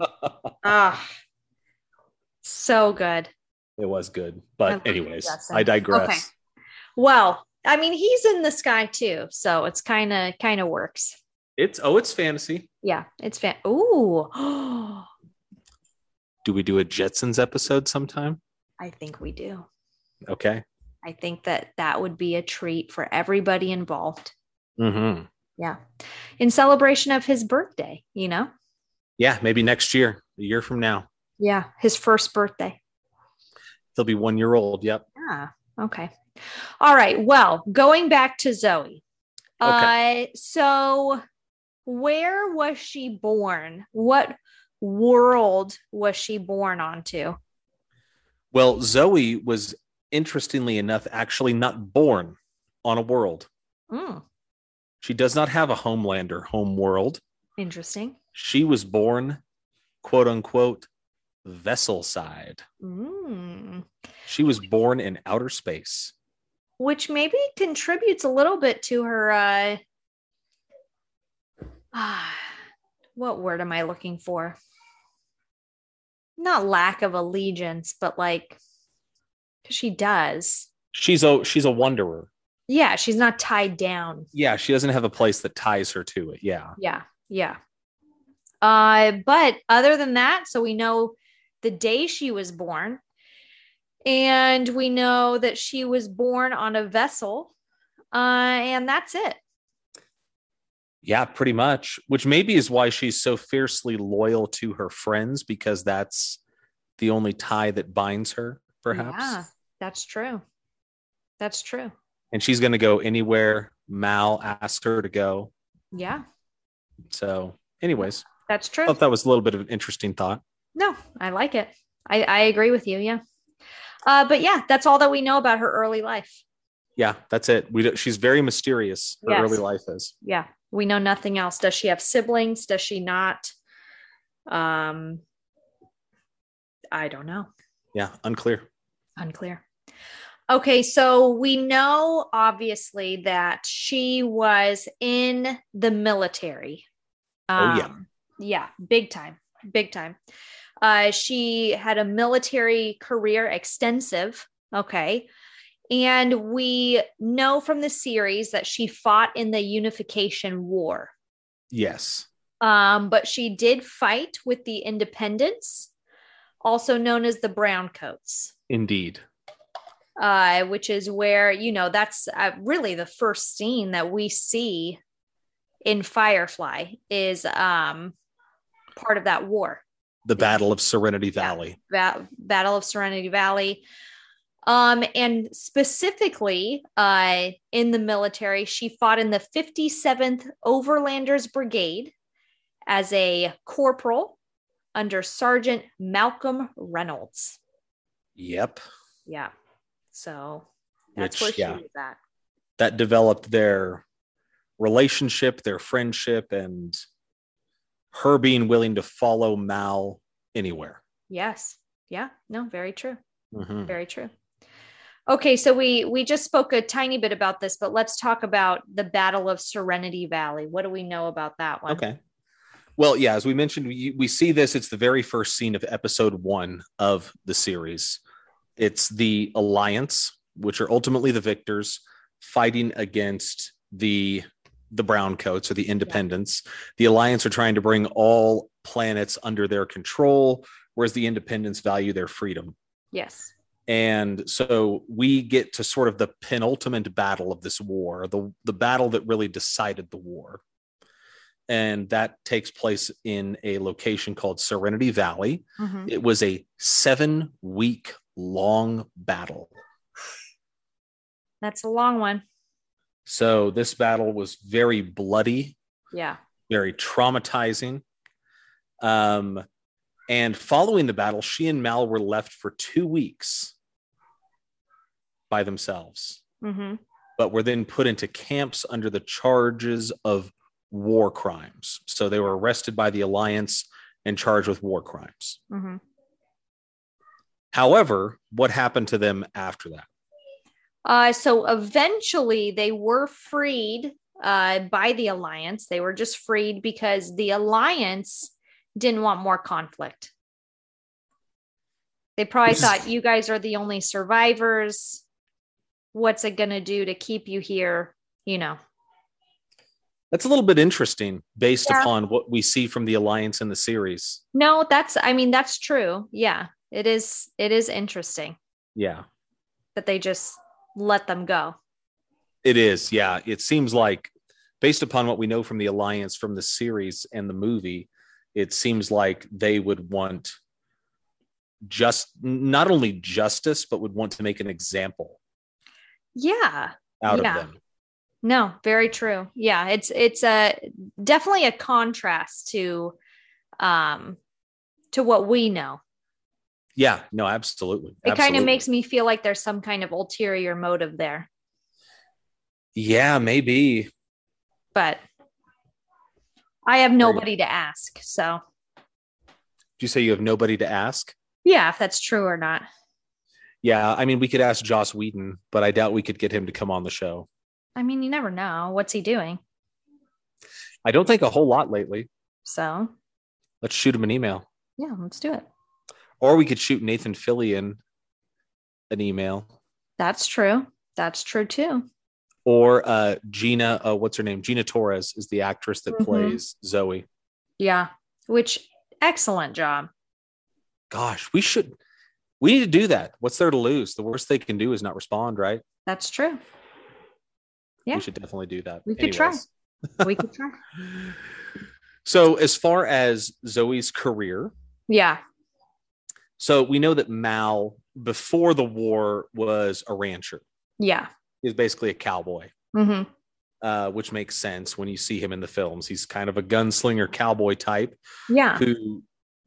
Speaker 2: Ah, so good.
Speaker 1: it was good.
Speaker 2: I love
Speaker 1: But anyways,
Speaker 2: Jetsons.
Speaker 1: I digress.
Speaker 2: Okay. Well, I mean, he's in the sky too, so it's kind of kind of works.
Speaker 1: It's oh, it's fantasy.
Speaker 2: Yeah, it's fan. Ooh, I
Speaker 1: Do we do a Jetsons episode sometime?
Speaker 2: think we do.
Speaker 1: Okay.
Speaker 2: I think that that would be a treat for everybody involved.
Speaker 1: Mm-hmm.
Speaker 2: Yeah, in celebration of his birthday, you know.
Speaker 1: Yeah, maybe next year, a year from now,
Speaker 2: Yeah, his first birthday.
Speaker 1: he'll be one year old. Yep.
Speaker 2: Yeah. Okay. All right. Well, going back to Zoe. Uh, so where was she born? What world was she born onto?
Speaker 1: Well, Zoe was interestingly enough actually not born on a world.
Speaker 2: Mm,
Speaker 1: She does not have a homeland or home world.
Speaker 2: interesting.
Speaker 1: She was born, quote unquote, vessel side.
Speaker 2: Mm.
Speaker 1: She was born in outer space.
Speaker 2: Which maybe contributes a little bit to her. Uh, ah, what word am I looking for? Not lack of allegiance, but like, 'cause she does.
Speaker 1: She's a she's a wanderer.
Speaker 2: Yeah, she's not tied down
Speaker 1: Yeah, she doesn't have a place that ties her to it. Yeah.
Speaker 2: Yeah, yeah. Uh, but other than that, so we know the day she was born, and we know that she was born on a vessel, uh, and that's it.
Speaker 1: Yeah, pretty much. Which maybe is why she's so fiercely loyal to her friends because that's the only tie that binds her, perhaps.
Speaker 2: Yeah, that's true. That's true.
Speaker 1: And she's going to go anywhere Mal asks her to go.
Speaker 2: Yeah,
Speaker 1: So, anyways,
Speaker 2: that's
Speaker 1: I
Speaker 2: true.
Speaker 1: thought that was a little bit of an interesting thought.
Speaker 2: No, I like it. I, I agree with you. Yeah. Uh, but yeah, that's all that we know about her early life.
Speaker 1: Yeah, that's it. We do, she's very mysterious. Her
Speaker 2: Yes.
Speaker 1: early life is.
Speaker 2: yeah we know nothing else does she have siblings does she not um i don't know
Speaker 1: Yeah, unclear.
Speaker 2: unclear okay so we know obviously that she was in the military Um,
Speaker 1: Oh, yeah.
Speaker 2: yeah big time big time uh she had a military career extensive okay and we know from the series that she fought in the unification war
Speaker 1: Yes.
Speaker 2: um, but she did fight with the Independents, also known as the Browncoats,
Speaker 1: Indeed.
Speaker 2: uh, which is where, you know, that's uh, really the first scene that we see in Firefly is um, part of that war,
Speaker 1: The Battle of Serenity Valley.
Speaker 2: ba- Battle of Serenity Valley. Um, and specifically uh, in the military, she fought in the 57th Overlanders Brigade as a corporal under Sergeant Malcolm Reynolds.
Speaker 1: Yep.
Speaker 2: Yeah. So that's
Speaker 1: Which,
Speaker 2: where
Speaker 1: yeah.
Speaker 2: she was at.
Speaker 1: That developed their relationship, their friendship, and her being willing to follow Mal anywhere.
Speaker 2: Yes. Yeah. No, very true.
Speaker 1: Mhm.
Speaker 2: Very true. Okay, so we we just spoke a tiny bit about this, but let's talk about the Battle of Serenity Valley. What do we know about that one?
Speaker 1: Okay. Well, yeah, as we mentioned, we, we see this. It's the very first scene of episode one of the series. It's the Alliance, which are ultimately the victors, fighting against the the brown coats or the independents the alliance are trying to bring all planets under their control whereas the independents value their freedom
Speaker 2: Yes.
Speaker 1: and so we get to sort of the penultimate battle of this war, the, the battle that really decided the war. And that takes place in a location called Serenity Valley.
Speaker 2: Mhm.
Speaker 1: It was a seven week long battle.
Speaker 2: That's a long one.
Speaker 1: So this battle was very bloody,
Speaker 2: Yeah.
Speaker 1: very traumatizing. Um, and following the battle, she and Mal were left for two weeks by themselves,
Speaker 2: hmm
Speaker 1: but were then put into camps under the charges of war crimes. So they were arrested by the Alliance and charged with war crimes.
Speaker 2: hmm
Speaker 1: However, what happened to them after that?
Speaker 2: Uh, so eventually they were freed uh, by the alliance. They were just freed because the alliance didn't want more conflict. They probably
Speaker 1: This is-
Speaker 2: thought you guys are the only survivors. What's it going to do to keep you here? You know,
Speaker 1: That's a little bit interesting based
Speaker 2: Yeah.
Speaker 1: upon what we see from the Alliance in the series.
Speaker 2: no, that's, I mean, that's true. Yeah, it is, it is interesting
Speaker 1: Yeah.
Speaker 2: that they just let them go.
Speaker 1: It is. Yeah. It seems like, based upon what we know from the Alliance, from the series and the movie, it seems like they would want just not only justice, but would want to make an example
Speaker 2: Yeah.
Speaker 1: out
Speaker 2: Yeah.
Speaker 1: of them.
Speaker 2: No, very true. Yeah, it's it's a definitely a contrast to um to what we know.
Speaker 1: Yeah. No, absolutely.
Speaker 2: It kind of
Speaker 1: Absolutely.
Speaker 2: makes me feel like there's some kind of ulterior motive there.
Speaker 1: Yeah, maybe.
Speaker 2: But I have
Speaker 1: you-
Speaker 2: nobody to ask. So,
Speaker 1: Do you say you have nobody to ask?
Speaker 2: yeah, if that's true or not.
Speaker 1: Yeah. I mean, we could ask Joss Whedon, but I doubt we could get him to come on the show.
Speaker 2: I mean, you never know what's he doing.
Speaker 1: I don't think a whole lot lately.
Speaker 2: So,
Speaker 1: Let's shoot him an email.
Speaker 2: yeah, let's do it.
Speaker 1: Or we could shoot Nathan Fillion an email.
Speaker 2: That's true. That's true too.
Speaker 1: Or uh, Gina, uh, what's her name? Gina Torres is the actress that
Speaker 2: Mhm.
Speaker 1: plays Zoe.
Speaker 2: Yeah. Which excellent job.
Speaker 1: Gosh, we should, we need to do that. What's there to lose? The worst they can do is not respond, right?
Speaker 2: That's true. Yeah.
Speaker 1: We should definitely do that.
Speaker 2: We could try.
Speaker 1: Anyways.
Speaker 2: We could try.
Speaker 1: So, as far as Zoe's career,
Speaker 2: Yeah.
Speaker 1: so we know that Mal, before the war, was a rancher.
Speaker 2: Yeah.
Speaker 1: He was basically a cowboy.
Speaker 2: Mhm.
Speaker 1: uh, which makes sense when you see him in the films. He's kind of a gunslinger cowboy type
Speaker 2: Yeah.
Speaker 1: who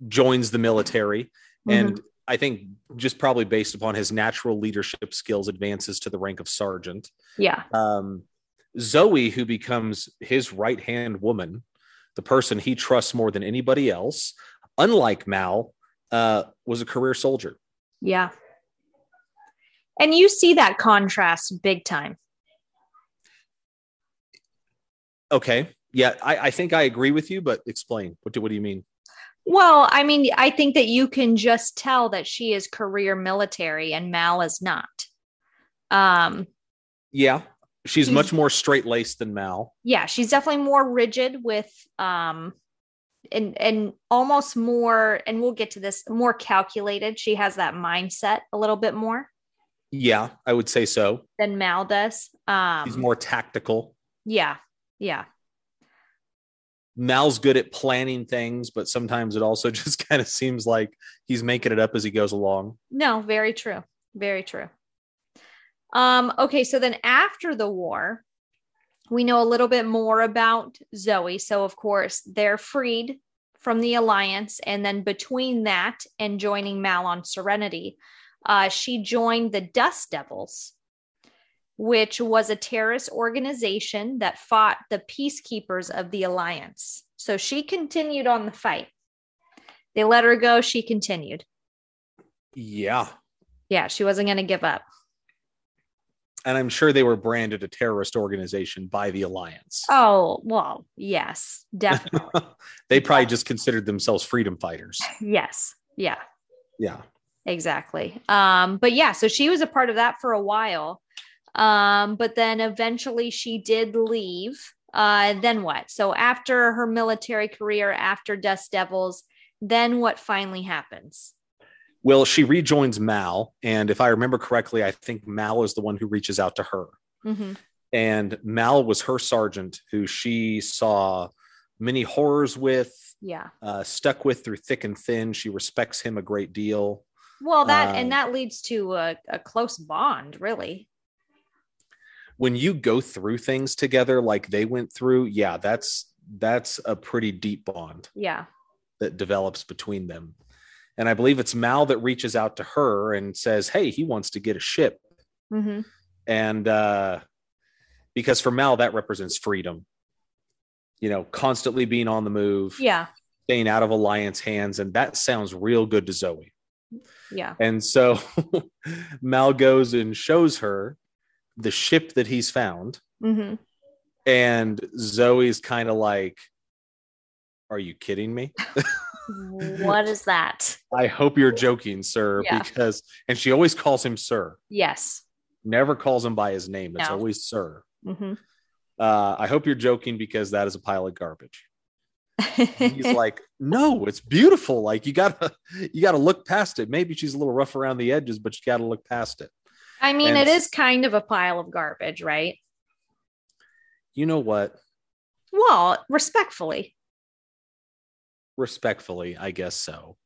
Speaker 1: joins the military.
Speaker 2: Mhm.
Speaker 1: And I think just probably based upon his natural leadership skills, advances to the rank of sergeant.
Speaker 2: Yeah.
Speaker 1: Um, Zoe, who becomes his right hand woman, the person he trusts more than anybody else, unlike Mal, uh, was a career soldier.
Speaker 2: Yeah. And you see that contrast big time.
Speaker 1: Okay. Yeah, I, I think I agree with you, but explain. What do, what do you mean?
Speaker 2: Well, I mean, I think that you can just tell that she is career military and Mal is not. Um,
Speaker 1: Yeah, she's
Speaker 2: He's-
Speaker 1: much more straight laced than Mal.
Speaker 2: yeah, she's definitely more rigid with um and and almost more and we'll get to this more calculated. She has that mindset a little bit more
Speaker 1: Yeah, I would say so.
Speaker 2: than Mal does. Um
Speaker 1: He's more tactical.
Speaker 2: yeah. Yeah.
Speaker 1: Mal's good at planning things, but sometimes it also just kind of seems like he's making it up as he goes along.
Speaker 2: No, very true. Very true. Um, okay, so then after the war, we know a little bit more about Zoe. So, of course, they're freed from the alliance. And then between that and joining Mal on Serenity, uh, she joined the Dust Devils, which was a terrorist organization that fought the peacekeepers of the alliance. So she continued on the fight. They let her go. She continued
Speaker 1: Yeah.
Speaker 2: yeah, she wasn't going to give up.
Speaker 1: And I'm sure they were branded a terrorist organization by the Alliance.
Speaker 2: Oh, well, yes, definitely.
Speaker 1: they probably just considered themselves freedom fighters.
Speaker 2: yes. Yeah,
Speaker 1: Yeah.
Speaker 2: exactly. Um, but yeah, so she was a part of that for a while. Um, but then eventually she did leave. Uh, then what? So after her military career, after Dust Devils, then what finally happens?
Speaker 1: Well, she rejoins Mal. And if I remember correctly, I think Mal is the one who reaches out to her.
Speaker 2: Mhm.
Speaker 1: And Mal was her sergeant who she saw many horrors with,
Speaker 2: Yeah.
Speaker 1: uh, stuck with through thick and thin. She respects him a great deal.
Speaker 2: Well, that
Speaker 1: Um,
Speaker 2: and that leads to a, a close bond, really.
Speaker 1: When you go through things together like they went through, yeah, that's that's a pretty deep bond
Speaker 2: Yeah.
Speaker 1: that develops between them. And I believe it's Mal that reaches out to her and says, "Hey, he wants to get a ship."
Speaker 2: hmm
Speaker 1: and uh because for mal that represents freedom you know constantly being on the move
Speaker 2: Yeah.
Speaker 1: staying out of alliance hands and that sounds real good to zoe
Speaker 2: Yeah.
Speaker 1: and so mal goes and shows her the ship that he's found
Speaker 2: hmm
Speaker 1: and zoe's kind of like are you kidding me
Speaker 2: What is that?
Speaker 1: i hope you're joking sir
Speaker 2: Yeah.
Speaker 1: because and she always calls him sir
Speaker 2: Yes.
Speaker 1: never calls him by his name it's
Speaker 2: No.
Speaker 1: always sir
Speaker 2: hmm
Speaker 1: uh, i hope you're joking because that is a pile of garbage And he's like no it's beautiful like you gotta you gotta look past it maybe she's a little rough around the edges but you gotta look past it
Speaker 2: I mean,
Speaker 1: and-
Speaker 2: it is kind of a pile of garbage, right?
Speaker 1: you know what
Speaker 2: Well, respectfully.
Speaker 1: respectfully i guess so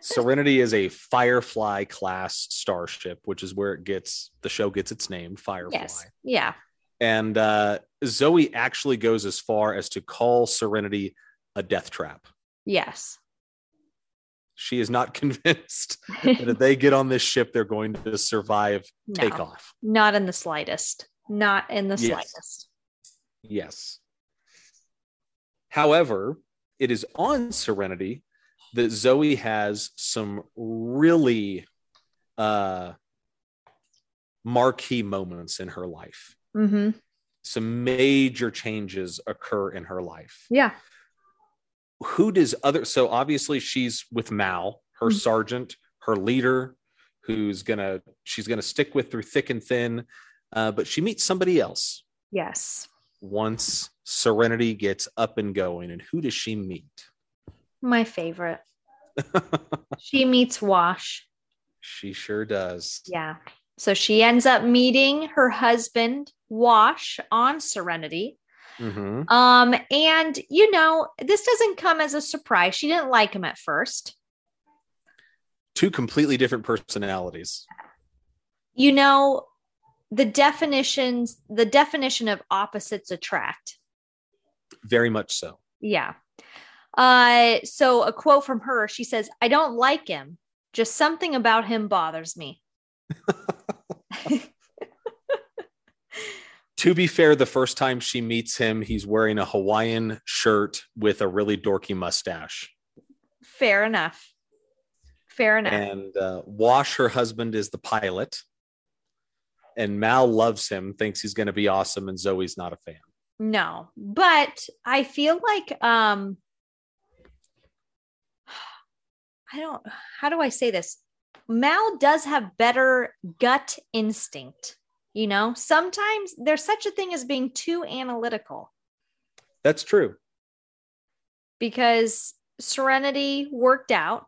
Speaker 1: serenity is a firefly class starship which is where it gets the show gets its name firefly
Speaker 2: yes. Yeah.
Speaker 1: and uh, zoe actually goes as far as to call serenity a death trap
Speaker 2: Yes.
Speaker 1: she is not convinced that if they get on this ship they're going to survive
Speaker 2: No,
Speaker 1: takeoff
Speaker 2: Not in the slightest. Not in the
Speaker 1: Yes.
Speaker 2: slightest.
Speaker 1: Yes. However, it is on Serenity that Zoe has some really uh, marquee moments in her life.
Speaker 2: hmm
Speaker 1: Some major changes occur in her life.
Speaker 2: Yeah.
Speaker 1: Who does other? So obviously, she's with Mal, her
Speaker 2: Mhm.
Speaker 1: sergeant, her leader, who's gonna she's gonna stick with through thick and thin. Uh, but she meets somebody else
Speaker 2: Yes.
Speaker 1: once Serenity gets up and going, and who does she meet?
Speaker 2: My favorite. she meets Wash.
Speaker 1: she sure does.
Speaker 2: Yeah. So she ends up meeting her husband, Wash, on Serenity.
Speaker 1: Mhm.
Speaker 2: Um, and you know, this doesn't come as a surprise. She didn't like him at first.
Speaker 1: Two completely different personalities.
Speaker 2: You know, the definitions, the definition of opposites attract.
Speaker 1: Very much so.
Speaker 2: Yeah. Uh, so a quote from her, she says, I don't like him. Just something about him bothers me.
Speaker 1: To be fair, the first time she meets him, he's wearing a Hawaiian shirt with a really dorky mustache.
Speaker 2: Fair enough. Fair enough.
Speaker 1: And uh, Wash, her husband, is the pilot. And Mal loves him, thinks he's going to be awesome, and Zoe's not a fan.
Speaker 2: No, but I feel like um I don't how do I say this? Mal does have better gut instinct. You know, sometimes there's such a thing as being too analytical
Speaker 1: That's true.
Speaker 2: because Serenity worked out,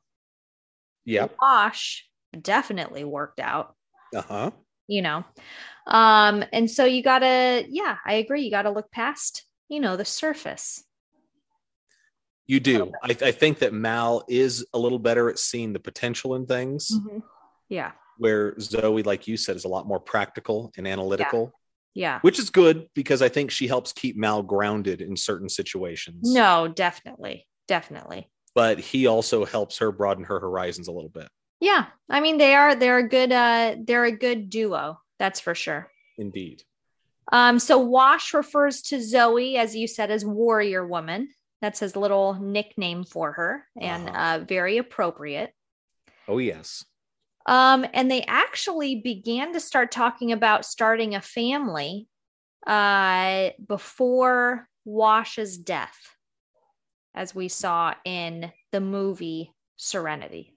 Speaker 1: Yep.
Speaker 2: Wash definitely worked out,
Speaker 1: Uh huh.
Speaker 2: you know. Um and so you got to yeah, I agree, you got to look past, you know, the surface.
Speaker 1: You do. I, I think that Mal is a little better at seeing the potential in things,
Speaker 2: Yeah.
Speaker 1: where Zoe, like you said, is a lot more practical and analytical,
Speaker 2: Yeah.
Speaker 1: which is good because I think she helps keep Mal grounded in certain situations.
Speaker 2: No, definitely. Definitely.
Speaker 1: But he also helps her broaden her horizons a little bit.
Speaker 2: Yeah. I mean, they are they're a good uh they're a good duo, that's for sure.
Speaker 1: Indeed.
Speaker 2: Um, so Wash refers to Zoe, as you said, as warrior woman. That's his little nickname for her, and
Speaker 1: Uh-huh.
Speaker 2: uh, very appropriate.
Speaker 1: Oh, yes.
Speaker 2: Um, and they actually began to start talking about starting a family uh, before Wash's death, as we saw in the movie Serenity.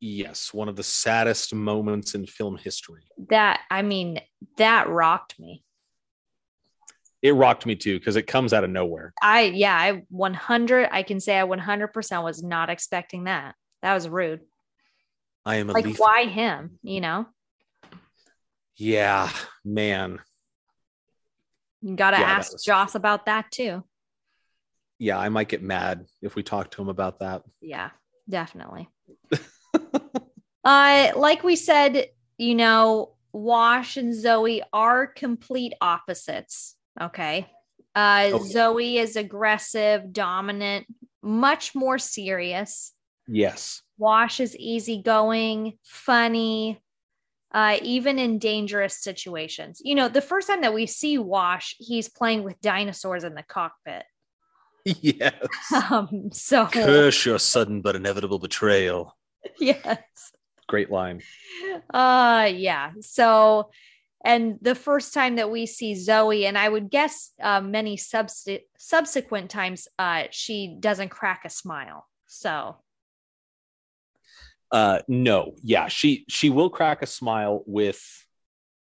Speaker 1: Yes. One of the saddest moments in film history.
Speaker 2: that i mean that rocked me
Speaker 1: It rocked me too because it comes out of nowhere.
Speaker 2: i yeah i 100 i can say i 100% was not expecting that that was rude
Speaker 1: I am a
Speaker 2: like
Speaker 1: leaf.
Speaker 2: why him you know
Speaker 1: Yeah, man.
Speaker 2: you gotta
Speaker 1: Yeah, that
Speaker 2: ask
Speaker 1: was-
Speaker 2: joss about that too
Speaker 1: Yeah, I might get mad if we talk to him about that.
Speaker 2: yeah definitely uh like we said you know wash and zoe are complete opposites okay uh
Speaker 1: Okay.
Speaker 2: zoe is aggressive dominant much more serious
Speaker 1: Yes.
Speaker 2: Wash is easygoing, funny, uh, even in dangerous situations. You know, the first time that we see Wash, he's playing with dinosaurs in the cockpit.
Speaker 1: yes.
Speaker 2: Um, so,
Speaker 1: Curse your sudden but inevitable betrayal.
Speaker 2: yes.
Speaker 1: Great line.
Speaker 2: Uh, yeah. So, and the first time that we see Zoe, and I would guess uh, many subst- subsequent times, uh, she doesn't crack a smile. So,
Speaker 1: Uh no, yeah, she she will crack a smile with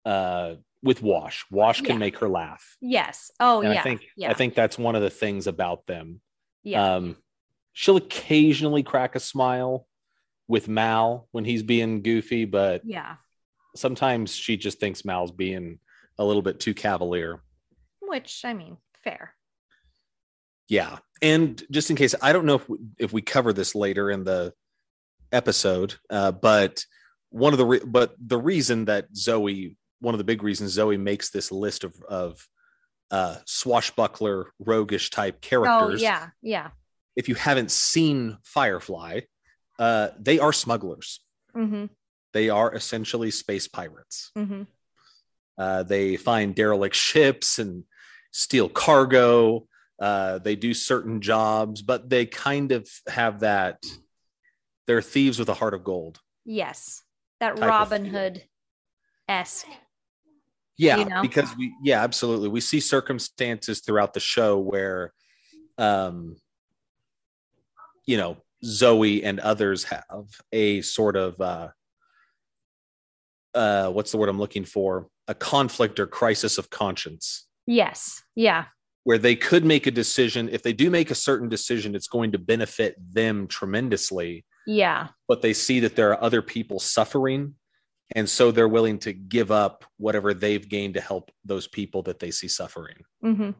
Speaker 1: uh with Wash. Wash can
Speaker 2: Yeah.
Speaker 1: make her laugh.
Speaker 2: yes. Oh,
Speaker 1: and
Speaker 2: yeah.
Speaker 1: I think
Speaker 2: yeah.
Speaker 1: I think that's one of the things about them.
Speaker 2: yeah.
Speaker 1: Um she'll occasionally crack a smile with Mal when he's being goofy, but
Speaker 2: yeah.
Speaker 1: sometimes she just thinks Mal's being a little bit too cavalier.
Speaker 2: Which, I mean, fair.
Speaker 1: Yeah. And just in case, I don't know if we, if we cover this later in the episode, uh, but one of the re- but the reason that Zoe, one of the big reasons Zoe makes this list of of uh, swashbuckler, roguish type
Speaker 2: Oh,
Speaker 1: characters.
Speaker 2: yeah. Yeah.
Speaker 1: If you haven't seen Firefly, uh, they are smugglers.
Speaker 2: Mm
Speaker 1: They are essentially space pirates.
Speaker 2: hmm. Mm hmm.
Speaker 1: Uh, they find derelict ships and steal cargo. Uh, they do certain jobs, but they kind of have that. They're thieves with a heart of gold.
Speaker 2: Yes. That
Speaker 1: type of
Speaker 2: Robin
Speaker 1: feel.
Speaker 2: Hood esque.
Speaker 1: Yeah,
Speaker 2: You know?
Speaker 1: because we, yeah, absolutely. We see circumstances throughout the show where, um, you know, Zoe and others have a sort of, uh, uh, what's the word I'm looking for? A conflict or crisis of conscience.
Speaker 2: Yes. Yeah.
Speaker 1: where they could make a decision. If they do make a certain decision, it's going to benefit them tremendously,
Speaker 2: Yeah.
Speaker 1: but they see that there are other people suffering. And so they're willing to give up whatever they've gained to help those people that they see suffering.
Speaker 2: Mm-hmm.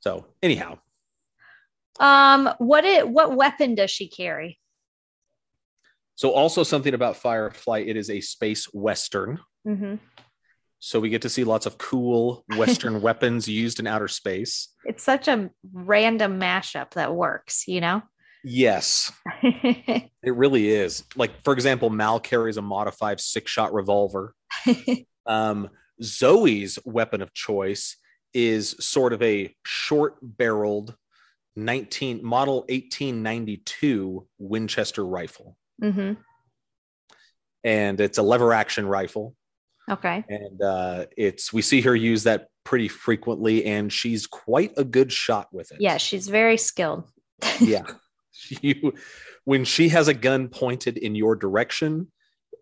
Speaker 1: So, anyhow,
Speaker 2: Um, what it what weapon does she carry?
Speaker 1: so also something about Firefly, it is a space Western.
Speaker 2: Mm-hmm.
Speaker 1: So we get to see lots of cool Western weapons used in outer space.
Speaker 2: It's such a random mashup that works, you know?
Speaker 1: Yes, it really is. Like, for example, Mal carries a modified six shot revolver.
Speaker 2: Mm-hmm.
Speaker 1: um, Zoe's weapon of choice is sort of a short barreled 19 model 1892 Winchester rifle.
Speaker 2: mm-hmm.
Speaker 1: And it's a lever action rifle.
Speaker 2: Okay.
Speaker 1: And uh, it's, we see her use that pretty frequently, and she's quite a good shot with it.
Speaker 2: Yeah, she's very skilled.
Speaker 1: yeah. You, when she has a gun pointed in your direction,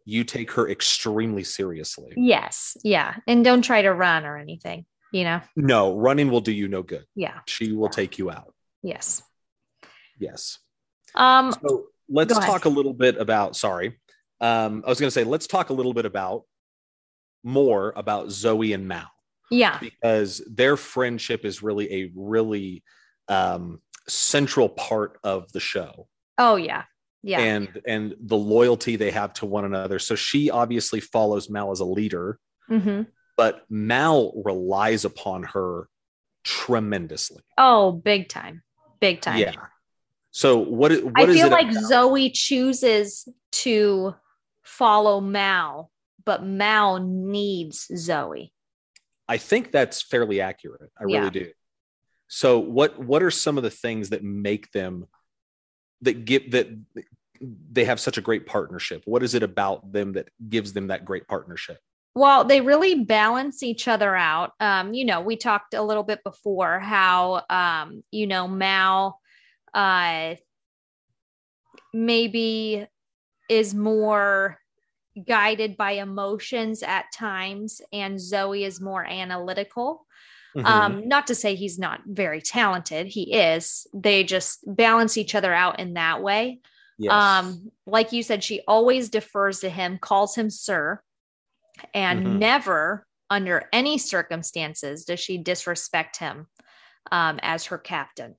Speaker 1: you take her extremely seriously.
Speaker 2: Yes. Yeah. And don't try to run or anything, you know?
Speaker 1: No, running will do you no good.
Speaker 2: Yeah.
Speaker 1: She will take you out.
Speaker 2: Yes.
Speaker 1: Yes.
Speaker 2: Um,
Speaker 1: So let's
Speaker 2: Go ahead.
Speaker 1: talk a little bit about. Sorry, um, I was going to say let's talk a little bit about more about Zoe and Mal
Speaker 2: yeah.
Speaker 1: because their friendship is really a really um, central part of the show
Speaker 2: Oh yeah. Yeah.
Speaker 1: and and the loyalty they have to one another. So she obviously follows Mal as a leader,
Speaker 2: mm-hmm.
Speaker 1: but Mal relies upon her tremendously.
Speaker 2: Oh, big time. Big time.
Speaker 1: Yeah. So what? i- what
Speaker 2: I
Speaker 1: is
Speaker 2: feel
Speaker 1: it
Speaker 2: like
Speaker 1: about-
Speaker 2: Zoe chooses to follow Mal, but Mal needs Zoe.
Speaker 1: I think that's fairly accurate. I
Speaker 2: Yeah.
Speaker 1: really do. So what what are some of the things that make them that give that they have such a great partnership? What is it about them that gives them that great partnership?
Speaker 2: Well, they really balance each other out. Um, you know, we talked a little bit before how, um, you know, Mal uh, maybe is more guided by emotions at times, and Zoe is more analytical.
Speaker 1: Mm-hmm.
Speaker 2: Um, not to say he's not very talented, he is. They just balance each other out in that way.
Speaker 1: Yes.
Speaker 2: Um, like you said, she always defers to him, calls him sir, and
Speaker 1: Mhm.
Speaker 2: never under any circumstances does she disrespect him um, as her captain,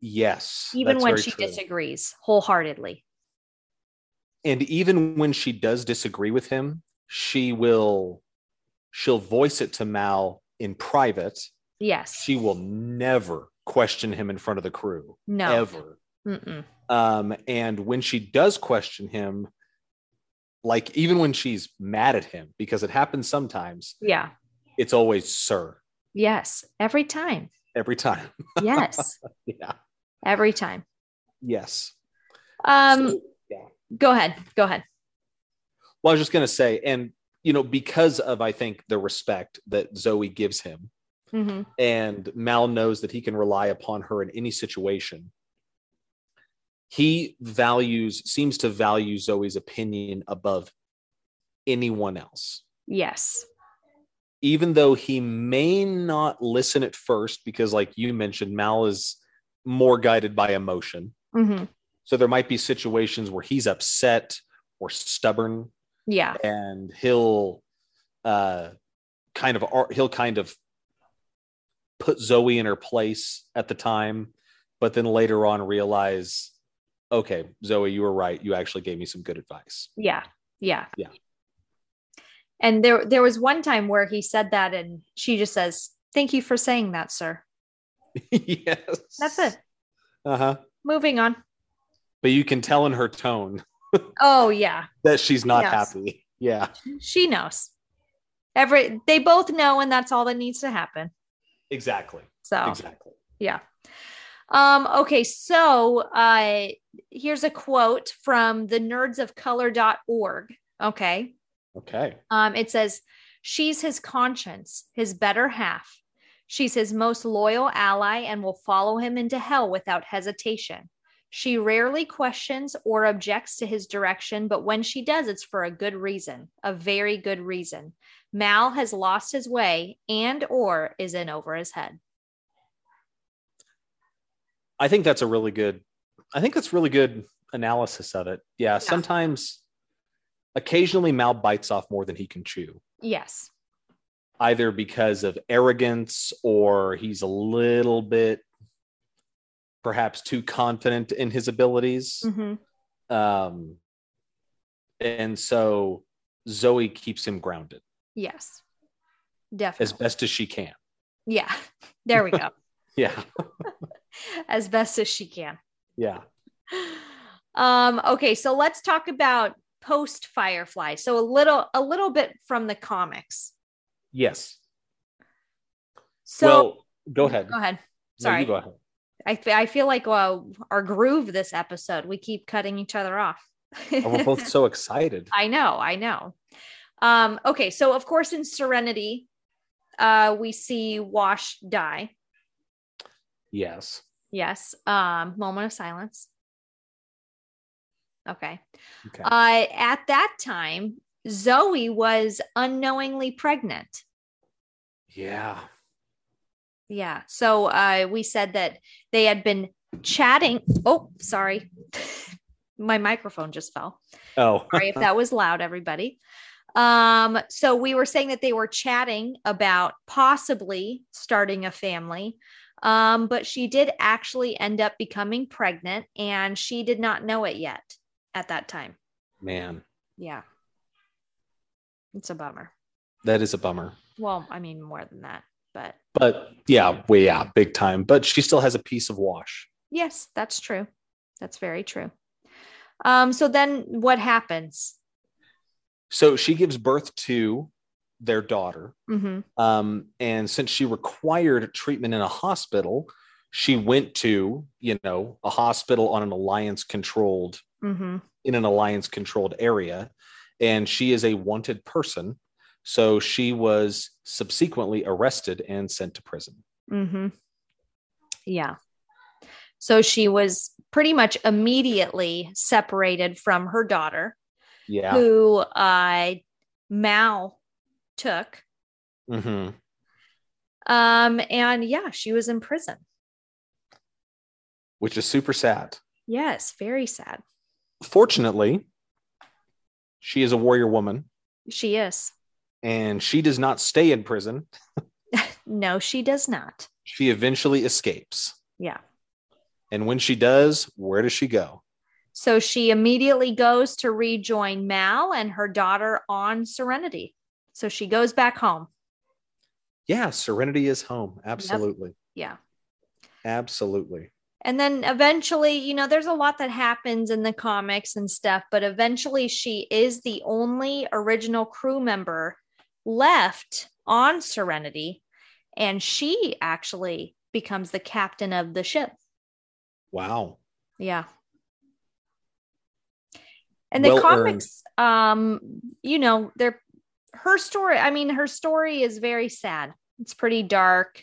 Speaker 1: yes.
Speaker 2: even
Speaker 1: that's
Speaker 2: when
Speaker 1: very
Speaker 2: she
Speaker 1: true.
Speaker 2: disagrees wholeheartedly.
Speaker 1: And even when she does disagree with him, she will she'll voice it to Mal in private.
Speaker 2: Yes.
Speaker 1: She will never question him in front of the crew.
Speaker 2: no.
Speaker 1: Ever.
Speaker 2: Mm-mm.
Speaker 1: Um, and when she does question him, Like even when she's mad at him, because it happens sometimes,
Speaker 2: Yeah.
Speaker 1: it's always sir
Speaker 2: Yes. Every time.
Speaker 1: every time.
Speaker 2: Yes.
Speaker 1: Yeah.
Speaker 2: Every time.
Speaker 1: Yes.
Speaker 2: Um
Speaker 1: So- yeah.
Speaker 2: go ahead. Go ahead.
Speaker 1: Well, I was just gonna say, and you know, because of I think the respect that Zoe gives him,
Speaker 2: hmm
Speaker 1: and Mal knows that he can rely upon her in any situation. He values, seems to value Zoe's opinion above anyone else,
Speaker 2: Yes.
Speaker 1: even though he may not listen at first, because, like you mentioned, Mal is more guided by emotion.
Speaker 2: hmm
Speaker 1: So there might be situations where he's upset or stubborn
Speaker 2: Yeah.
Speaker 1: and he'll uh kind of ar- he'll kind of put Zoe in her place at the time but then later on realize okay Zoe you were right you actually gave me some good advice
Speaker 2: Yeah. Yeah.
Speaker 1: Yeah.
Speaker 2: And there there was one time where he said that and she just says, Thank you for saying that, sir.
Speaker 1: yes
Speaker 2: That's it.
Speaker 1: uh-huh
Speaker 2: Moving on.
Speaker 1: but you can tell in her tone
Speaker 2: Oh yeah.
Speaker 1: that she's not
Speaker 2: Yes.
Speaker 1: happy yeah
Speaker 2: She knows. Every they both know and that's all that needs to happen.
Speaker 1: exactly
Speaker 2: So
Speaker 1: exactly
Speaker 2: Um, okay, so uh, here's a quote from the nerdsofcolor.org. Okay.
Speaker 1: okay
Speaker 2: Um, it says, She's his conscience, his better half. She's his most loyal ally and will follow him into hell without hesitation. She rarely questions or objects to his direction, but when she does, it's for a good reason, a very good reason. Mal has lost his way and or is in over his head.
Speaker 1: I think that's a really good I think that's really good analysis of it. Yeah, sometimes occasionally Mal bites off more than he can chew,
Speaker 2: Yes.
Speaker 1: either because of arrogance or he's a little bit perhaps too confident in his abilities.
Speaker 2: Mm-hmm.
Speaker 1: Um and so Zoe keeps him grounded
Speaker 2: Yes.
Speaker 1: as
Speaker 2: Definitely.
Speaker 1: best as she can.
Speaker 2: yeah. There we go.
Speaker 1: Yeah.
Speaker 2: as best as she can.
Speaker 1: Yeah.
Speaker 2: Um okay, so let's talk about post Firefly. So a little a little bit from the comics.
Speaker 1: Yes.
Speaker 2: So
Speaker 1: well, go ahead.
Speaker 2: go ahead.
Speaker 1: No,
Speaker 2: Sorry.
Speaker 1: you go ahead.
Speaker 2: I fe- I feel like uh, our groove this episode. We keep cutting each other off.
Speaker 1: And Oh, we're both so excited.
Speaker 2: I know, I know. Um okay, so of course in Serenity uh we see Wash die.
Speaker 1: Yes.
Speaker 2: Yes. Um, moment of silence. Okay.
Speaker 1: Okay.
Speaker 2: Uh, at that time, Zoe was unknowingly pregnant.
Speaker 1: yeah.
Speaker 2: Yeah. So uh, we said that they had been chatting. Oh, sorry. My microphone just fell.
Speaker 1: Oh.
Speaker 2: Sorry if that was loud, everybody. Um, so we were saying that they were chatting about possibly starting a family. Um, but she did actually end up becoming pregnant and she did not know it yet at that time.
Speaker 1: Man,
Speaker 2: Yeah. It's a bummer.
Speaker 1: that is a bummer.
Speaker 2: Well, I mean, more than that, but
Speaker 1: But yeah, we yeah, big time. But she still has a piece of wash.
Speaker 2: yes, that's true. That's very true. Um, so then what happens?
Speaker 1: So she gives birth to their daughter.
Speaker 2: Mm-hmm.
Speaker 1: Um, and since she required treatment in a hospital, she went to, you know, a hospital on an alliance controlled,
Speaker 2: Mm-hmm.
Speaker 1: in an alliance controlled area. And she is a wanted person. So she was subsequently arrested and sent to prison.
Speaker 2: Mm-hmm. Yeah. So she was pretty much immediately separated from her daughter,
Speaker 1: Yeah.
Speaker 2: who uh, Mal took.
Speaker 1: Mhm.
Speaker 2: Um, and yeah, she was in prison.
Speaker 1: Which is super sad.
Speaker 2: Yes, very sad.
Speaker 1: Fortunately, she is a warrior woman.
Speaker 2: She is.
Speaker 1: and she does not stay in prison.
Speaker 2: No, she does not.
Speaker 1: She eventually escapes.
Speaker 2: Yeah.
Speaker 1: And when she does, where does she go?
Speaker 2: So she immediately goes to rejoin Mal and her daughter on Serenity. So she goes back home.
Speaker 1: Yeah, Serenity is home. Absolutely.
Speaker 2: Yeah.
Speaker 1: Absolutely.
Speaker 2: And then eventually, you know, there's a lot that happens in the comics and stuff, but eventually she is the only original crew member left on Serenity. And she actually becomes the captain of the ship.
Speaker 1: Wow.
Speaker 2: Yeah. And the
Speaker 1: Well
Speaker 2: comics, um, you know, they're her story. I mean, her story is very sad. It's pretty dark.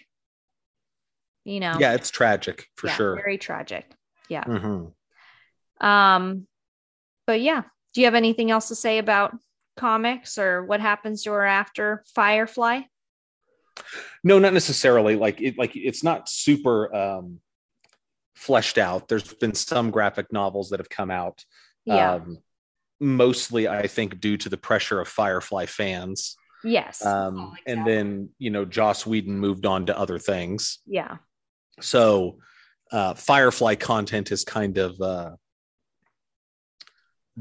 Speaker 2: You know,
Speaker 1: Yeah, it's tragic for
Speaker 2: Yeah,
Speaker 1: sure.
Speaker 2: Very tragic.
Speaker 1: Mhm.
Speaker 2: Um, but yeah, do you have anything else to say about comics or what happens to her after Firefly?
Speaker 1: No, not necessarily. Like it, like it's not super um, fleshed out. There's been some graphic novels that have come out.
Speaker 2: Yeah.
Speaker 1: Um, mostly, I think, due to the pressure of Firefly fans.
Speaker 2: yes.
Speaker 1: Um, And then, you know, Joss Whedon moved on to other things.
Speaker 2: yeah.
Speaker 1: So uh, Firefly content is kind of uh,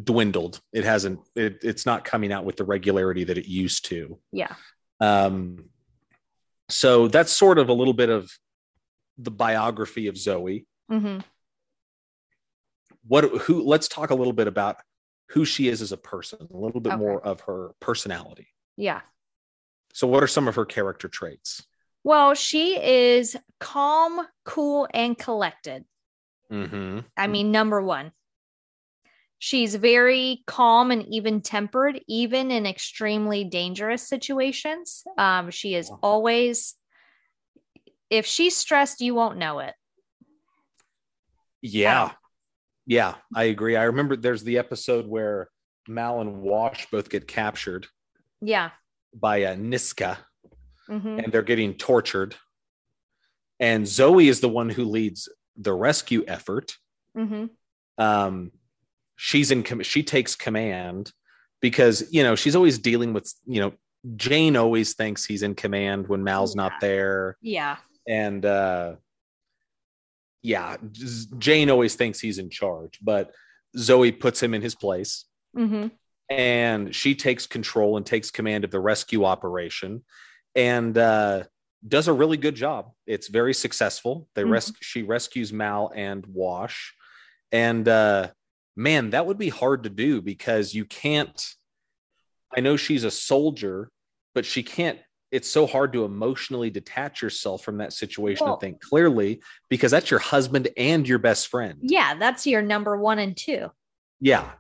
Speaker 1: dwindled. It hasn't. It, it's not coming out with the regularity that it used to.
Speaker 2: Yeah.
Speaker 1: Um, so that's sort of a little bit of the biography of Zoe.
Speaker 2: hmm
Speaker 1: What? Who? Let's talk a little bit about who she is as a person. A little bit
Speaker 2: Okay.
Speaker 1: more of her personality.
Speaker 2: Yeah.
Speaker 1: So, what are some of her character traits?
Speaker 2: Well, she is calm, cool, and collected.
Speaker 1: Mm-hmm.
Speaker 2: I mean, number one. She's very calm and even tempered, even in extremely dangerous situations. Um, she is always, if she's stressed, you won't know it.
Speaker 1: Yeah. Yeah, I agree. I remember there's the episode where Mal and Wash both get captured
Speaker 2: Yeah.
Speaker 1: by uh, Niska
Speaker 2: hmm
Speaker 1: and they're getting tortured. And Zoe is the one who leads the rescue effort.
Speaker 2: hmm
Speaker 1: Um, she's in, com- she takes command because, you know, she's always dealing with, you know, Jane always thinks he's in command when Mal's not there.
Speaker 2: Yeah.
Speaker 1: and uh yeah Z- jane always thinks he's in charge but zoe puts him in his place
Speaker 2: hmm
Speaker 1: and she takes control and takes command of the rescue operation and uh does a really good job it's very successful they
Speaker 2: Mhm.
Speaker 1: rescue she rescues mal and wash and uh man that would be hard to do because you can't i know she's a soldier but she can't it's so hard to emotionally detach yourself from that situation
Speaker 2: Well-
Speaker 1: and think clearly because that's your husband and your best friend
Speaker 2: Yeah. That's your number one and two.
Speaker 1: yeah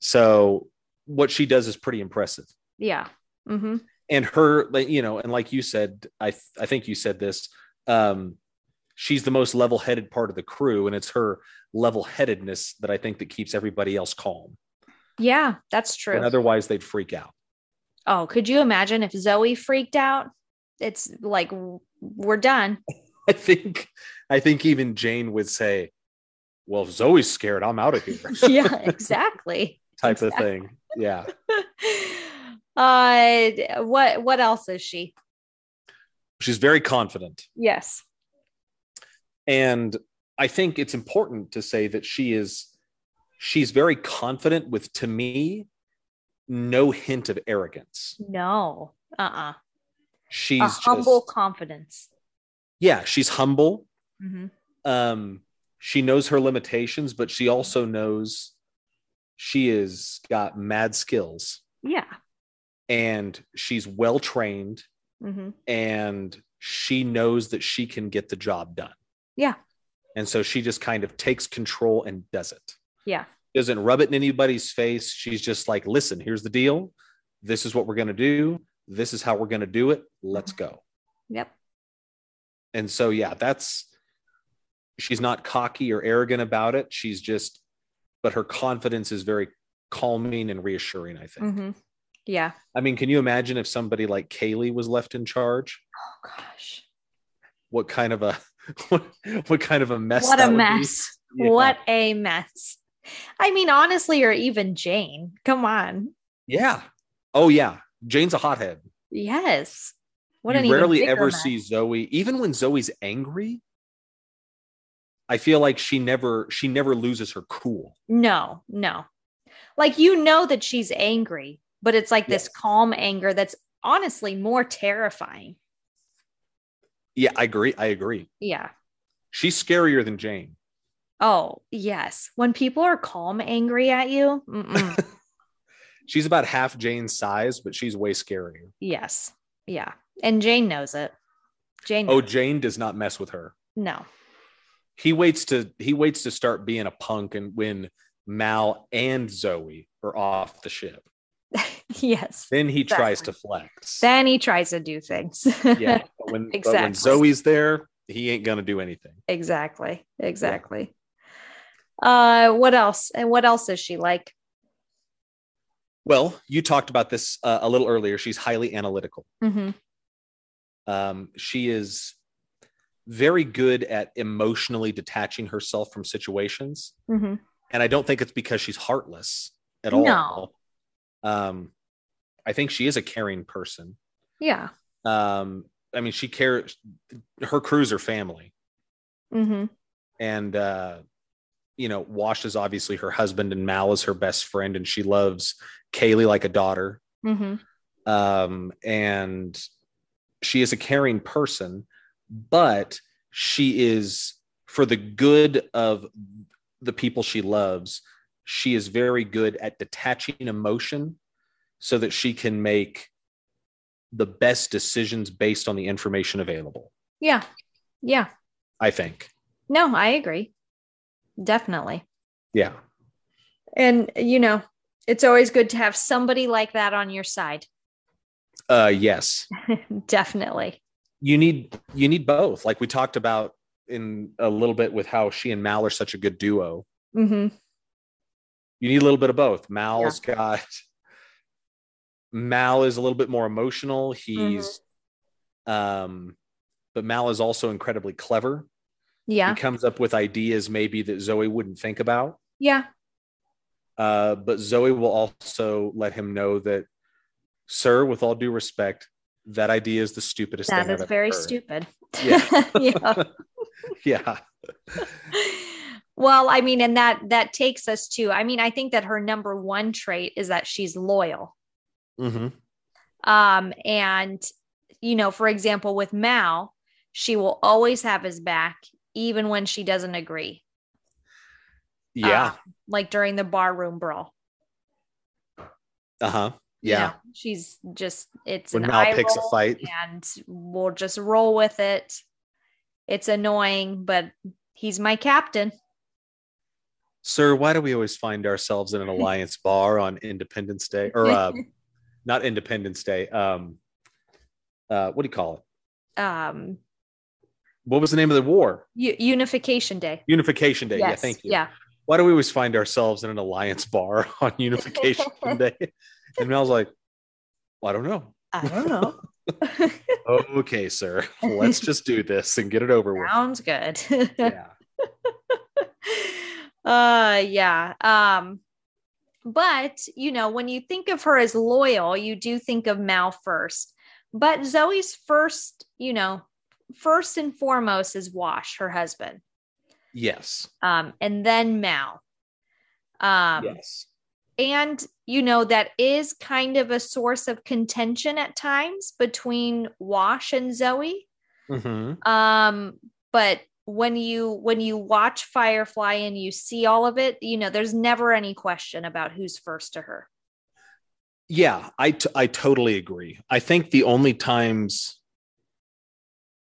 Speaker 1: so what she does is pretty impressive
Speaker 2: Yeah. hmm
Speaker 1: and her like, you know and like you said i th- i think you said this um she's the most level-headed part of the crew and it's her level-headedness that i think that keeps everybody else calm
Speaker 2: Yeah. That's true.
Speaker 1: and otherwise they'd freak out
Speaker 2: oh, could you imagine if Zoe freaked out? It's like, w- we're done.
Speaker 1: i think i think even jane would say well if zoe's scared i'm out of here
Speaker 2: yeah. Exactly.
Speaker 1: type of thing yeah
Speaker 2: uh what what else is she
Speaker 1: she's very confident
Speaker 2: yes
Speaker 1: and i think it's important to say that she is she's very confident with to me no hint of arrogance
Speaker 2: no uh-uh
Speaker 1: she's
Speaker 2: a
Speaker 1: just-
Speaker 2: humble confidence
Speaker 1: yeah she's humble
Speaker 2: Mhm.
Speaker 1: um she knows her limitations but she also knows she is got mad skills
Speaker 2: yeah
Speaker 1: and she's well trained
Speaker 2: hmm
Speaker 1: and she knows that she can get the job done
Speaker 2: Yeah.
Speaker 1: and so she just kind of takes control and does it
Speaker 2: yeah
Speaker 1: doesn't rub it in anybody's face. She's just like, listen, here's the deal. This is what we're going to do. This is how we're going to do it. Let's go.
Speaker 2: yep
Speaker 1: And so, yeah, that's, she's not cocky or arrogant about it. She's just, but her confidence is very calming and reassuring, I think.
Speaker 2: hmm yeah
Speaker 1: I mean, can you imagine if somebody like Kaylee was left in charge?
Speaker 2: oh gosh
Speaker 1: What kind of a, what, what kind of a mess?
Speaker 2: what
Speaker 1: that
Speaker 2: a
Speaker 1: would be?
Speaker 2: mess
Speaker 1: Yeah.
Speaker 2: what a mess i mean honestly or even jane come on
Speaker 1: Yeah. Oh, yeah. Jane's a hothead.
Speaker 2: yes what
Speaker 1: you
Speaker 2: an even
Speaker 1: rarely
Speaker 2: bigger
Speaker 1: ever
Speaker 2: mess.
Speaker 1: see Zoe, even when Zoe's angry. I feel like she never she never loses her cool.
Speaker 2: no no like you know that she's angry but it's like this
Speaker 1: Yes.
Speaker 2: calm anger that's honestly more terrifying
Speaker 1: Yeah, I agree. I agree.
Speaker 2: Yeah.
Speaker 1: She's scarier than Jane.
Speaker 2: Oh, yes. When people are calm, angry at you, mm-mm.
Speaker 1: She's about half Jane's size, but she's way scarier.
Speaker 2: yes. Yeah. And Jane knows it. Jane,
Speaker 1: Oh,
Speaker 2: knows-
Speaker 1: Jane does not mess with her.
Speaker 2: no.
Speaker 1: He waits to he waits to start being a punk and when Mal and Zoe are off the ship.
Speaker 2: yes.
Speaker 1: Then he tries to
Speaker 2: Exactly.
Speaker 1: flex.
Speaker 2: Then he tries to do things.
Speaker 1: yeah. But when, but when
Speaker 2: Exactly.
Speaker 1: Zoe's there, he ain't gonna do anything.
Speaker 2: exactly. Exactly. Uh, what else? And what else is she like?
Speaker 1: Well, you talked about this uh, a little earlier. She's highly analytical.
Speaker 2: Mm-hmm.
Speaker 1: Um, she is very good at emotionally detaching herself from situations.
Speaker 2: Mm-hmm.
Speaker 1: And I don't think it's because she's heartless at
Speaker 2: No.
Speaker 1: all. Um, I think she is a caring person.
Speaker 2: Yeah.
Speaker 1: Um, I mean, she cares, her crews are family.
Speaker 2: Mm-hmm.
Speaker 1: And, uh, you know, Wash is obviously her husband, and Mal is her best friend, and she loves Kaylee like a daughter.
Speaker 2: Mm-hmm.
Speaker 1: um, and she is a caring person, but she is for the good of the people she loves. She is very good at detaching emotion so that she can make the best decisions based on the information available.
Speaker 2: Yeah. Yeah.
Speaker 1: I think,
Speaker 2: No, I agree. Definitely.
Speaker 1: yeah,
Speaker 2: And, you know, it's always good to have somebody like that on your side.
Speaker 1: uh, yes,
Speaker 2: Definitely.
Speaker 1: you need you need both. Like we talked about in a little bit with how she and Mal are such a good duo.
Speaker 2: Mm-hmm.
Speaker 1: you need a little bit of both. Mal's got Mal is a little bit more emotional. He's
Speaker 2: Mm-hmm.
Speaker 1: um but Mal is also incredibly clever.
Speaker 2: Yeah.
Speaker 1: He comes up with ideas maybe that Zoe wouldn't think about.
Speaker 2: Yeah.
Speaker 1: Uh, but Zoe will also let him know that, sir, with all due respect, that idea is the stupidest
Speaker 2: That
Speaker 1: thing.
Speaker 2: is
Speaker 1: I've
Speaker 2: very
Speaker 1: ever heard.
Speaker 2: stupid.
Speaker 1: Yeah.
Speaker 2: yeah.
Speaker 1: Yeah.
Speaker 2: Well, I mean, and that that takes us to I mean, I think that her number one trait is that she's loyal.
Speaker 1: Mhm.
Speaker 2: Um, and you know, for example, with Mal, she will always have his back, even when she doesn't agree.
Speaker 1: Yeah.
Speaker 2: Um, like during the barroom brawl.
Speaker 1: Uh huh.
Speaker 2: you
Speaker 1: Yeah.
Speaker 2: know, she's just it's
Speaker 1: When
Speaker 2: an
Speaker 1: Mal
Speaker 2: eye
Speaker 1: picks a
Speaker 2: roll
Speaker 1: fight.
Speaker 2: and we'll just roll with it. It's annoying, but he's my captain.
Speaker 1: Sir, why do we always find ourselves in an alliance bar on Independence Day or uh, not Independence Day? Um, uh, what do you call it?
Speaker 2: Um
Speaker 1: What was the name of the war?
Speaker 2: U- unification day.
Speaker 1: Unification Day. Yeah,
Speaker 2: Yes,
Speaker 1: thank you.
Speaker 2: Yeah.
Speaker 1: Why do we always find ourselves in an alliance bar on Unification Day? And Mel's like, well, I don't know.
Speaker 2: I don't know.
Speaker 1: Okay, sir, let's just do this and get it over with.
Speaker 2: Sounds good.
Speaker 1: Yeah.
Speaker 2: uh yeah. Um but you know, when you think of her as loyal, you do think of Mal first. But Zoe's first, you know, first and foremost is Wash, her husband.
Speaker 1: Yes.
Speaker 2: Um, and then Mal. Um
Speaker 1: yes.
Speaker 2: and you know that is kind of a source of contention at times between Wash and Zoe.
Speaker 1: hmm
Speaker 2: um but when you when you watch firefly and you see all of it you know there's never any question about who's first to her
Speaker 1: Yeah, I t- I totally agree. I think the only times,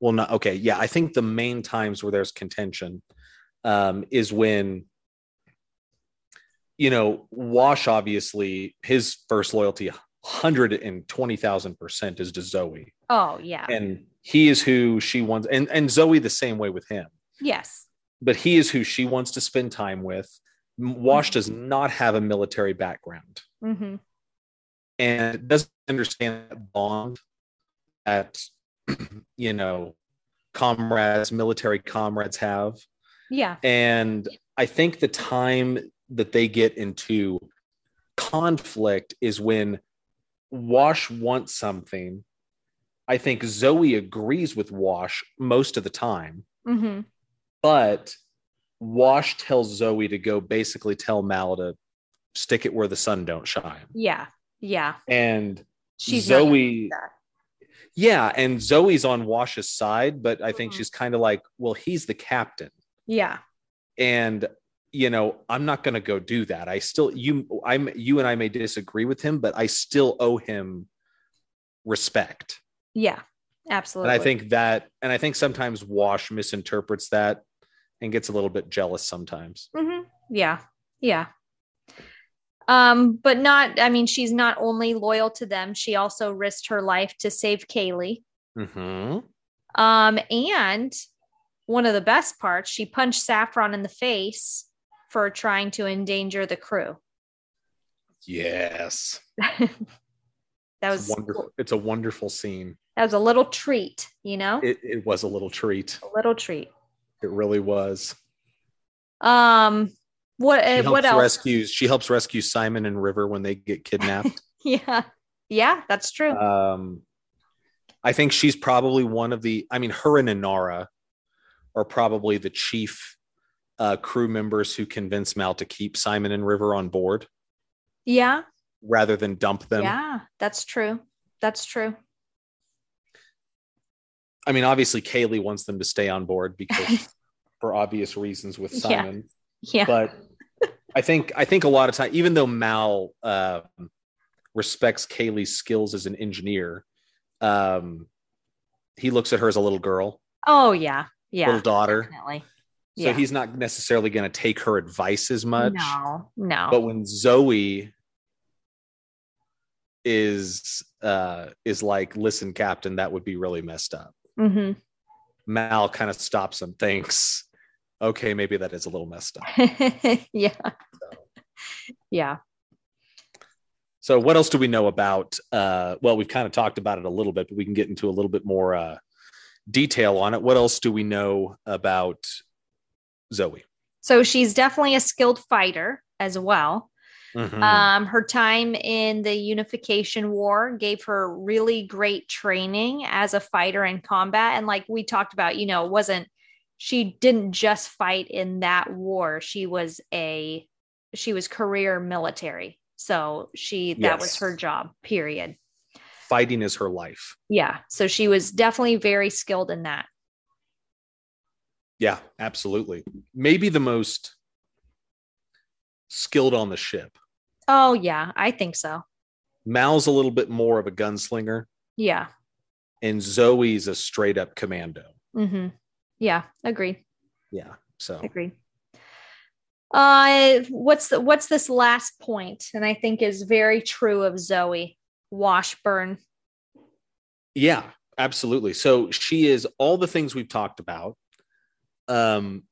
Speaker 1: well, not okay. Yeah, I think the main times where there's contention um, is when, you know, Wash obviously his first loyalty, hundred and twenty thousand percent, is to Zoe,
Speaker 2: oh yeah
Speaker 1: and he is who she wants, and and Zoe the same way with him,
Speaker 2: yes
Speaker 1: but he is who she wants to spend time with. Wash does not have a military background
Speaker 2: hmm
Speaker 1: and doesn't understand that bond that you know comrades military comrades have
Speaker 2: yeah
Speaker 1: and i think the time that they get into conflict is when wash wants something i think zoe agrees with wash most of the time
Speaker 2: hmm
Speaker 1: but wash tells zoe to go basically tell mal to stick it where the sun don't shine
Speaker 2: yeah yeah
Speaker 1: and
Speaker 2: she's not
Speaker 1: zoe
Speaker 2: that.
Speaker 1: yeah, and Zoe's on Wash's side, but I think
Speaker 2: Mhm.
Speaker 1: she's kind of like, well, he's the captain.
Speaker 2: Yeah.
Speaker 1: and you know i'm not going to go do that i still you i'm you and i may disagree with him but i still owe him respect
Speaker 2: Yeah.
Speaker 1: and
Speaker 2: Absolutely.
Speaker 1: i think that and i think sometimes wash misinterprets that and gets a little bit jealous sometimes
Speaker 2: hmm Yeah. Yeah. Um, but not, I mean, she's not only loyal to them, she also risked her life to save Kaylee.
Speaker 1: mm-hmm.
Speaker 2: Um, and one of the best parts, she punched Saffron in the face for trying to endanger the crew.
Speaker 1: yes
Speaker 2: that
Speaker 1: it's
Speaker 2: was
Speaker 1: wonderful it's a wonderful scene
Speaker 2: that was a little treat, you know?
Speaker 1: it, it was a little treat
Speaker 2: a little treat.
Speaker 1: it really was
Speaker 2: Um, what
Speaker 1: she
Speaker 2: uh,
Speaker 1: helps
Speaker 2: what else?
Speaker 1: rescues she helps rescue simon and river when they get kidnapped
Speaker 2: Yeah. Yeah, that's true.
Speaker 1: um i think she's probably one of the i mean her and inara are probably the chief uh, crew members who convince mal to keep simon and river on board
Speaker 2: yeah.
Speaker 1: rather than dump them
Speaker 2: Yeah, that's true. That's true.
Speaker 1: i mean obviously kaylee wants them to stay on board because for obvious reasons with
Speaker 2: Yeah.
Speaker 1: simon
Speaker 2: Yeah.
Speaker 1: but i think i think a lot of time even though mal um, respects kaylee's skills as an engineer um, he looks at her as a little girl
Speaker 2: oh yeah. Yeah.
Speaker 1: little daughter
Speaker 2: Definitely.
Speaker 1: So he's not necessarily going to take her advice as much.
Speaker 2: No, no.
Speaker 1: But when Zoe is uh is like, listen, Captain, that would be really messed up.
Speaker 2: Mm-hmm.
Speaker 1: Mal kind of stops and thinks, okay, maybe that is a little messed up.
Speaker 2: Mhm. yeah. Yeah.
Speaker 1: So what else do we know about uh well, we've kind of talked about it a little bit, but we can get into a little bit more uh detail on it. What else do we know about Zoe?
Speaker 2: So she's definitely a skilled fighter as well.
Speaker 1: Mhm.
Speaker 2: Um, her time in the Unification War gave her really great training as a fighter in combat. And like we talked about, you know, it wasn't she didn't just fight in that war. She was a she was career military. So she that was
Speaker 1: Yes.
Speaker 2: her job, period.
Speaker 1: Fighting is her life.
Speaker 2: Yeah. So she was definitely very skilled in that.
Speaker 1: Yeah, absolutely. Maybe the most skilled on the ship.
Speaker 2: Oh yeah, I think so.
Speaker 1: Mal's a little bit more of a gunslinger,
Speaker 2: Yeah.
Speaker 1: and Zoe's a straight up commando.
Speaker 2: Mm-hmm. Yeah. Agreed.
Speaker 1: Yeah. So
Speaker 2: Agreed. Uh, what's the what's this last point? And I think is very true of Zoe Washburn.
Speaker 1: yeah, absolutely. So she is all the things we've talked about. Um,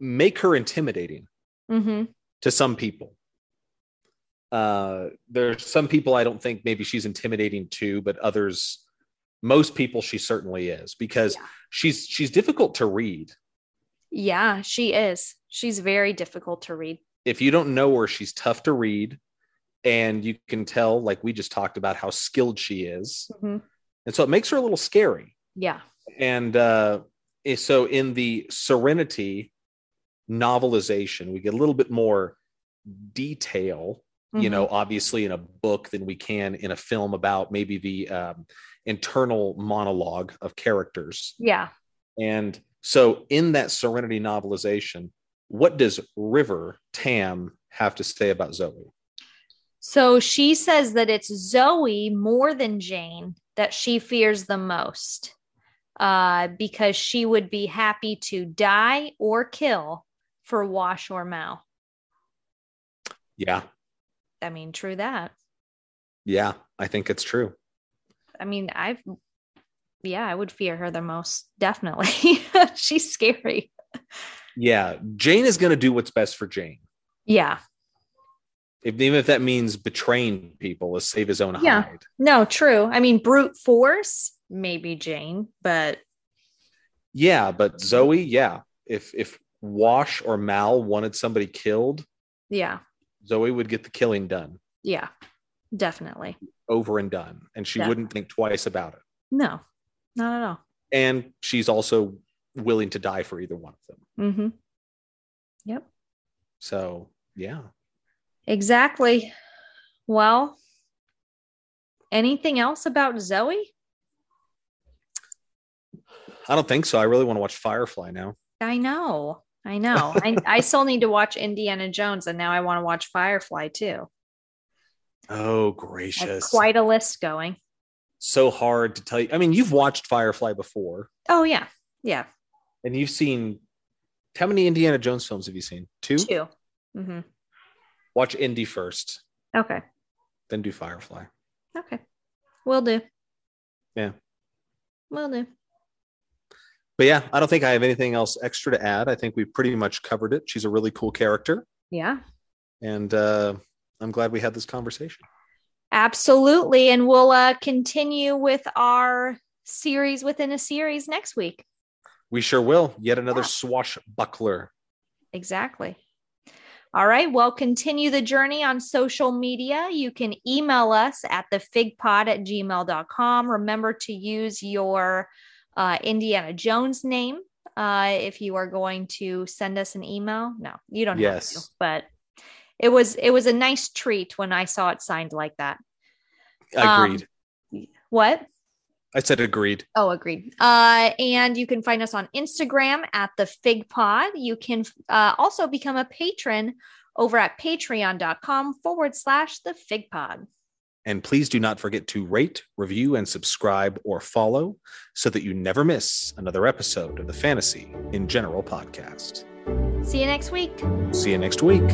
Speaker 1: make her intimidating
Speaker 2: Mm-hmm.
Speaker 1: to some people. Uh, there's some people I don't think maybe she's intimidating to, but others, most people she certainly is because
Speaker 2: Yeah.
Speaker 1: she's she's difficult to read.
Speaker 2: Yeah, she is. She's very difficult to read.
Speaker 1: if you don't know her, she's tough to read. And you can tell, like we just talked about, how skilled she is. And so it makes her a little scary.
Speaker 2: Yeah.
Speaker 1: And uh, eh, so in the Serenity novelization, we get a little bit more detail, you
Speaker 2: Mhm.
Speaker 1: know, obviously in a book than we can in a film about maybe the um, internal monologue of characters.
Speaker 2: Yeah.
Speaker 1: And so in that Serenity novelization, what does River Tam have to say about Zoe?
Speaker 2: So she says that it's Zoe more than Jane that she fears the most uh, because she would be happy to die or kill for Wash or Mal.
Speaker 1: Yeah,
Speaker 2: I mean, true that.
Speaker 1: yeah, I think it's true.
Speaker 2: I mean, I've, yeah, I would fear her the most. Definitely. She's scary.
Speaker 1: Yeah, Jane is going to do what's best for Jane,
Speaker 2: Yeah.
Speaker 1: if, even if that means betraying people to save his own
Speaker 2: Yeah.
Speaker 1: hide.
Speaker 2: No, true. I mean, brute force, maybe Jane, but
Speaker 1: Yeah, but Zoe, yeah, if if Wash or Mal wanted somebody killed,
Speaker 2: yeah.
Speaker 1: Zoe would get the killing done
Speaker 2: Yeah. Definitely.
Speaker 1: over and done, and she
Speaker 2: Yeah.
Speaker 1: wouldn't think twice about it.
Speaker 2: No, not at all.
Speaker 1: And she's also willing to die for either one of them.
Speaker 2: Mm-hmm.
Speaker 1: So yeah.
Speaker 2: Exactly. Well, anything else about Zoe?
Speaker 1: I don't think so. I really want to watch Firefly now.
Speaker 2: I know. I know. I, I still need to watch Indiana Jones and now I want to watch Firefly too.
Speaker 1: Oh
Speaker 2: I have
Speaker 1: gracious!
Speaker 2: quite a list going.
Speaker 1: so hard to tell you. I mean, you've watched Firefly before,
Speaker 2: Oh yeah. Yeah.
Speaker 1: and you've seen how many Indiana Jones films have you seen? Two.
Speaker 2: 2 Mm-hmm.
Speaker 1: Watch Indy first,
Speaker 2: Okay.
Speaker 1: then do Firefly.
Speaker 2: Okay. Will do.
Speaker 1: Yeah.
Speaker 2: Will do.
Speaker 1: But yeah, I don't think I have anything else extra to add. I think we pretty much covered it. She's a really cool character,
Speaker 2: Yeah.
Speaker 1: and uh, I'm glad we had this conversation.
Speaker 2: Absolutely. And we'll uh, continue with our series within a series next week.
Speaker 1: We sure will. Yet another
Speaker 2: Yeah.
Speaker 1: swashbuckler.
Speaker 2: Exactly. All right. Well, continue the journey on social media. You can email us at thefigpod at gmail.com. Remember to use your uh, Indiana Jones name uh, if you are going to send us an email. No, you don't have to,
Speaker 1: Yes.
Speaker 2: but it was it was a nice treat when I saw it signed like that. Um,
Speaker 1: Agreed.
Speaker 2: What?
Speaker 1: I said agreed.
Speaker 2: Oh, agreed. Uh, and you can find us on Instagram at the Fig Pod. You can uh, also become a patron over at patreon.com forward slash the Fig Pod.
Speaker 1: And please do not forget to rate, review, and subscribe or follow so that you never miss another episode of the Fantasy in General podcast.
Speaker 2: See you next week.
Speaker 1: See you next week.